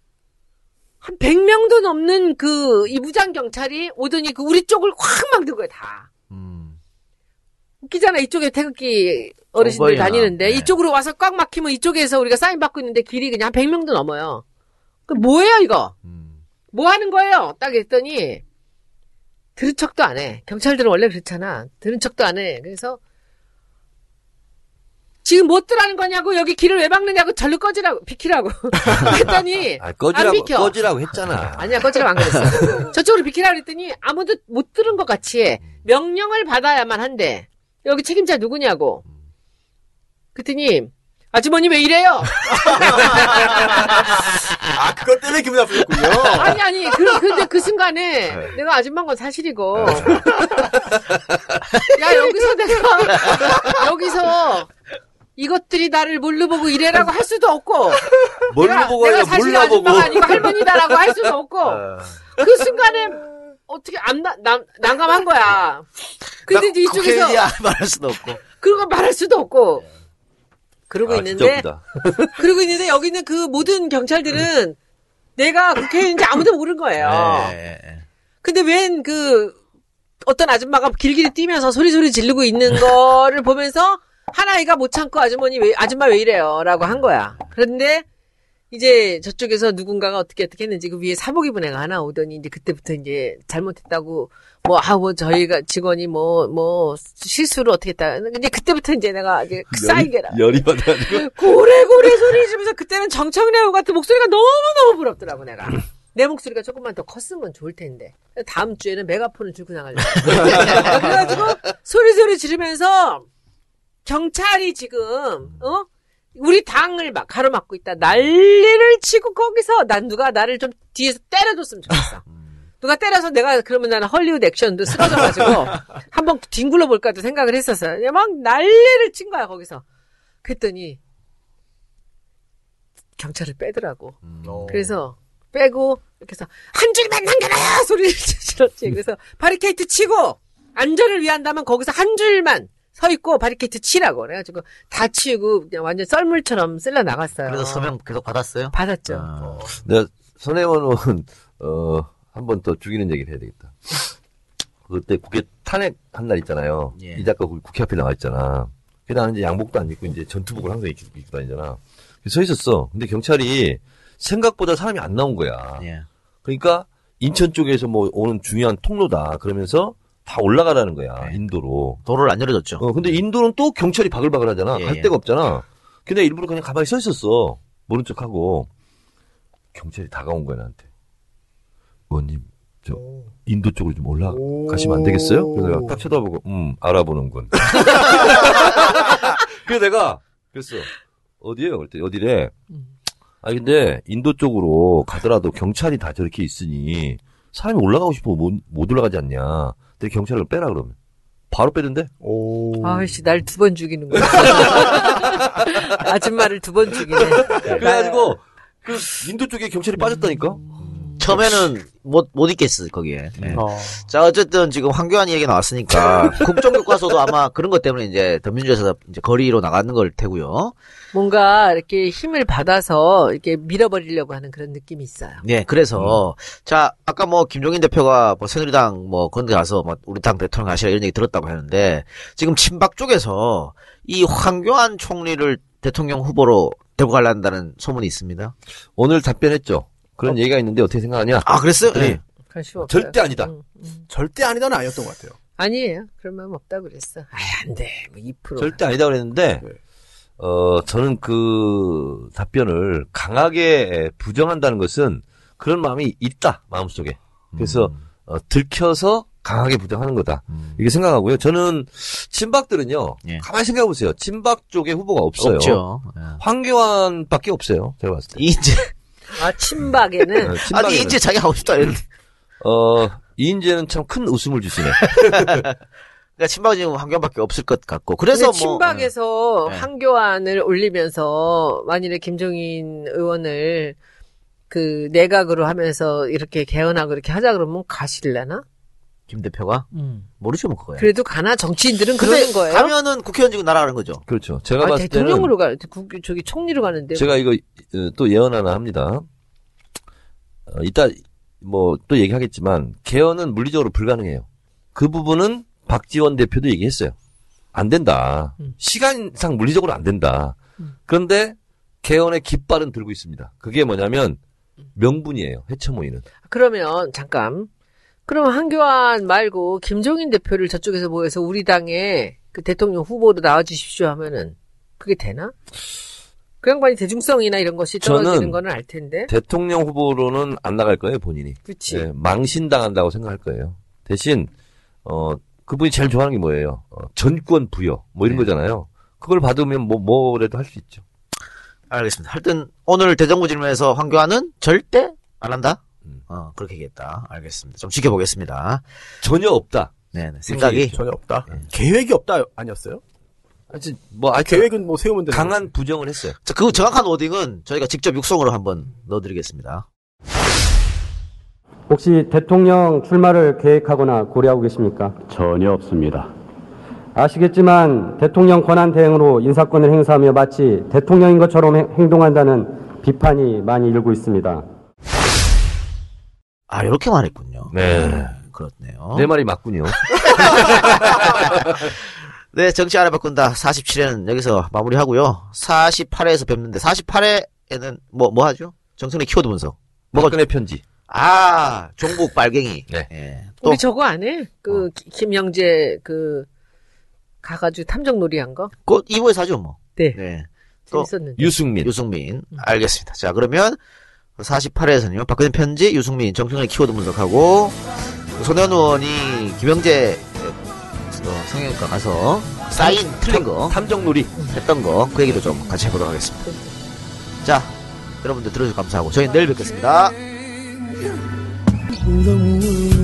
한 100명도 넘는 그 이부장 경찰이 오더니 그 우리 쪽을 확 막는 거예요 다.
음.
웃기잖아. 이쪽에 태극기 어르신들
어버이나.
다니는데
네.
이쪽으로 와서 꽉 막히면 이쪽에서 우리가 사인 받고 있는데 길이 그냥 100명도 넘어요. 그 뭐예요 이거?
음.
뭐 하는 거예요? 딱 했더니 들은 척도 안 해. 경찰들은 원래 그렇잖아. 들은 척도 안 해. 그래서 지금 못 들어가는 거냐고 여기 길을 왜 막느냐고 절로 꺼지라고 비키라고 했더니
아,
안
꺼지라고
비켜.
꺼지라고 했잖아.
아니야, 꺼지라고 안 그랬어. 저쪽으로 비키라 그랬더니 아무도 못 들은 것 같이 명령을 받아야만 한대. 여기 책임자 누구냐고. 그랬더니 아주머니 왜 이래요?
아, 그것 때문에 기분 나쁘셨군요.
어.
아니 아니 그 근데 그 순간에
네.
내가 아줌마인 건 사실이고 야 여기서 내가 여기서 이것들이 나를 몰로 보고 이래라고 할 수도 없고
뭘로
내가,
보고
내가
하냐
사실
몰라 보고. 네.
아줌마가 아니고 할머니다라고 할 수는 없고 그 순간에 어떻게 안, 나- 난, 난감한 거야. 근데 이제 이쪽에서
국회의원이야 말할 수도 없고.
그런 거 말할 수도 없고 그러고
아, 진짜
있는데
웃기다.
그러고 있는데 여기 있는 그 모든 경찰들은 내가 국회의원인지 아무도 모르는 거예요.
네.
예, 예, 예.
근데 웬 그 어떤 아줌마가 길길이 뛰면서 소리소리 지르고 있는 거를 보면서 한 아이가 못 참고 아주머니 왜, 아줌마 왜 이래요? 라고 한 거야. 그런데 이제 저쪽에서 누군가가 어떻게 어떻게 했는지 그 위에 사복 입은 애가 하나 오더니 이제 그때부터 이제 잘못했다고 뭐, 아, 뭐 저희가 직원이 뭐, 뭐 실수를 어떻게 했다. 이제 그때부터 이제 내가 이제
아,
쌓이게라.
열이 받아가지고
고래고래 소리 지면서 그때는 정청래 의원 같은 목소리가 너무너무 부럽더라고 내가 내 목소리가 조금만 더 컸으면 좋을 텐데 다음 주에는 메가폰을 들고 나가려고 그래가지고 소리소리 지르면서 경찰이 지금 어 우리 당을 막 가로막고 있다 난리를 치고 거기서 난 누가 나를 좀 뒤에서 때려줬으면 좋겠어 누가 때려서 내가 그러면 나는 헐리우드 액션도 쓰러져가지고 한번 뒹굴러 볼까도 생각을 했었어요 그냥 막 난리를 친 거야 거기서 그랬더니 경찰을 빼더라고.
어.
그래서 빼고 이렇게 해서 한 줄만 남겨놔요 소리를 질렀지. 그래서 바리케이트 치고 안전을 위한다면 거기서 한 줄만 서 있고 바리케이트 치라고 그래가지고 다 치우고 그냥 완전 썰물처럼 쓸려 나갔어요.
그래서 서명 계속 받았어요?
받았죠.
아,
내가 선혜원은 네, 어, 한 번 더 죽이는 얘기를 해야 되겠다. 그때 국회 탄핵 한 날 있잖아요.
예.
이 작가 그 국- 국회 앞에 나와 있잖아. 그래 나는 이제 양복도 안 입고 이제 전투복을 항상 입고, 입고 다니잖아. 그래서 서 있었어. 근데 경찰이 생각보다 사람이 안 나온 거야.
예.
그러니까 인천 쪽에서 뭐 오는 중요한 통로다. 그러면서 다 올라가라는 거야.
예.
인도로.
도로를 안 열어줬죠.
어, 근데 인도는 또 경찰이 바글바글 하잖아.
그렇죠. 예,
갈
예.
데가 없잖아. 근데 일부러 그냥 가만히 서 있었어. 모른 척 하고. 경찰이 다가온 거야, 나한테. 의원님, 저, 인도 쪽으로 좀 올라가시면 안 되겠어요? 그래서 내가 딱 쳐다보고, 음, 알아보는군. 그래서 내가, 그랬어. 어디에요? 그랬더니, 어디래?
음.
아 근데, 인도 쪽으로 가더라도 경찰이 다 저렇게 있으니, 사람이 올라가고 싶으면 못, 못 올라가지 않냐. 근데 경찰을 빼라, 그러면. 바로 빼는데?
오.
아이씨, 날 두 번 죽이는 거야. 아줌마를 두 번 죽이네.
그래가지고 그 인도 쪽에 경찰이 빠졌다니까.
처음에는 못, 못 있겠어, 거기에. 예.
어.
자, 어쨌든 지금 황교안 얘기 나왔으니까, 국정교과서도 아마 그런 것 때문에 이제 더민주에서 이제 거리로 나가는 걸 테고요.
뭔가 이렇게 힘을 받아서 이렇게 밀어버리려고 하는 그런 느낌이 있어요.
네, 그래서 자 아까 뭐 김종인 대표가 뭐 새누리당 뭐 건드 가서 뭐 우리 당 대통령 하시라 이런 얘기 들었다고 하는데 지금 친박 쪽에서 이 황교안 총리를 대통령 후보로 데리고 가려한다는 소문이 있습니다.
오늘 답변했죠. 그런 얘기가 있는데 어떻게 생각하냐?
아 그랬어요?
그랬더니
네.
그런 식 없어요.
절대 아니다.
음, 음.
절대 아니다는 아니었던 것 같아요.
아니에요. 그런 마음 없다 그랬어. 아이, 안 돼. 뭐 2%.
절대 아니다 그랬는데
네.
어 저는 그 답변을 강하게 부정한다는 것은 그런 마음이 있다 마음속에. 그래서 어, 들켜서 강하게 부정하는 거다.
음.
이렇게 생각하고요. 저는 친박들은요.
예.
가만히 생각해 보세요. 친박 쪽에 후보가 없어요.
없죠. 예.
황교안밖에 없어요. 제가 봤을 때.
이제
아,
네.
친박에는.
어,
아니
친박에는.
이제 자기 하고 싶다 이랬는데
어, 이인재는 참 큰 웃음을 주시네.
그러니까 친박 지금 황교안밖에 없을 것 같고 그래서
근데
뭐
친박에서
네.
황교안을 올리면서 만일에 김종인 의원을 그 내각으로 하면서 이렇게 개헌하고 이렇게 하자 그러면 가실래나?
김 대표가 모르죠 뭐 그거야.
그래도 가나 정치인들은
근데
그러는 거예요.
가면은 국회의원 지금 날아가는 거죠.
그렇죠. 제가
아,
봤을 때는
대통령으로 가, 국, 저기 총리로 가는데.
제가 이거 어, 또 예언 하나 합니다. 어, 이따 뭐 또 얘기하겠지만 개헌은 물리적으로 불가능해요. 그 부분은 박지원 대표도 얘기했어요. 안 된다.
음.
시간상 물리적으로 안 된다.
음.
그런데 개헌의 깃발은 들고 있습니다. 그게 뭐냐면 명분이에요. 해처모이는.
그러면 잠깐. 그럼 한교안 말고 김종인 대표를 저쪽에서 모여서 우리 당의 그 대통령 후보로 나와주십시오 하면은 그게 되나? 그 양반이 대중성이나 이런 것이 떨어지는
저는
거는 알 텐데.
대통령 후보로는 안 나갈 거예요, 본인이.
그치.
예, 망신당한다고 생각할 거예요. 대신 어 그분이 제일 좋아하는 게 뭐예요? 어, 전권 부여 뭐
네.
이런 거잖아요. 그걸 받으면 뭐 뭐라도 할 수 있죠.
알겠습니다. 하여튼 오늘 대정부 질문에서 황교안은 절대 안 한다.
음.
어 그렇게 얘기했다. 알겠습니다. 좀 지켜보겠습니다.
전혀 없다.
네, 네. 생각이
전혀 없다.
네.
계획이 없다 아니었어요?
하여튼 뭐 하여튼
계획은 뭐 세우면 되는
강한 부정을 했어요.
자, 그 정확한 워딩은 저희가 직접 육성으로 한번 넣어드리겠습니다.
혹시 대통령 출마를 계획하거나 고려하고 계십니까?
전혀 없습니다.
아시겠지만 대통령 권한 대행으로 인사권을 행사하며 마치 대통령인 것처럼 행- 행동한다는 비판이 많이 일고 있습니다.
아, 이렇게 말했군요.
네.
그렇네요.
내 말이 맞군요.
네, 정치 알아바꾼다. 47회는 여기서 마무리하고요. 48회에서 뵙는데 48회에는 뭐, 뭐 하죠? 정성의 키워드 분석. 뭐가-
박근혜 편지.
아, 종북 빨갱이.
네.
예. 또
우리 저거 안 해?
어.
그 기- 김영재 그 가가지고 탐정놀이 한 거?
곧 2부에서 하죠, 뭐.
네.
네. 또
재밌었는데.
유승민.
유승민. 알겠습니다. 자, 그러면 48회에서는요. 박근혜 편지, 유승민, 정청래 키워드 분석하고 손현 의원이 김영재 어, 성형외과 가서 사인 틀린 거
탐정놀이.
했던 거 그 얘기도 좀 같이 해보도록 하겠습니다. 자, 여러분들 들어주셔서 감사하고 저희 는 내일 뵙겠습니다.
너무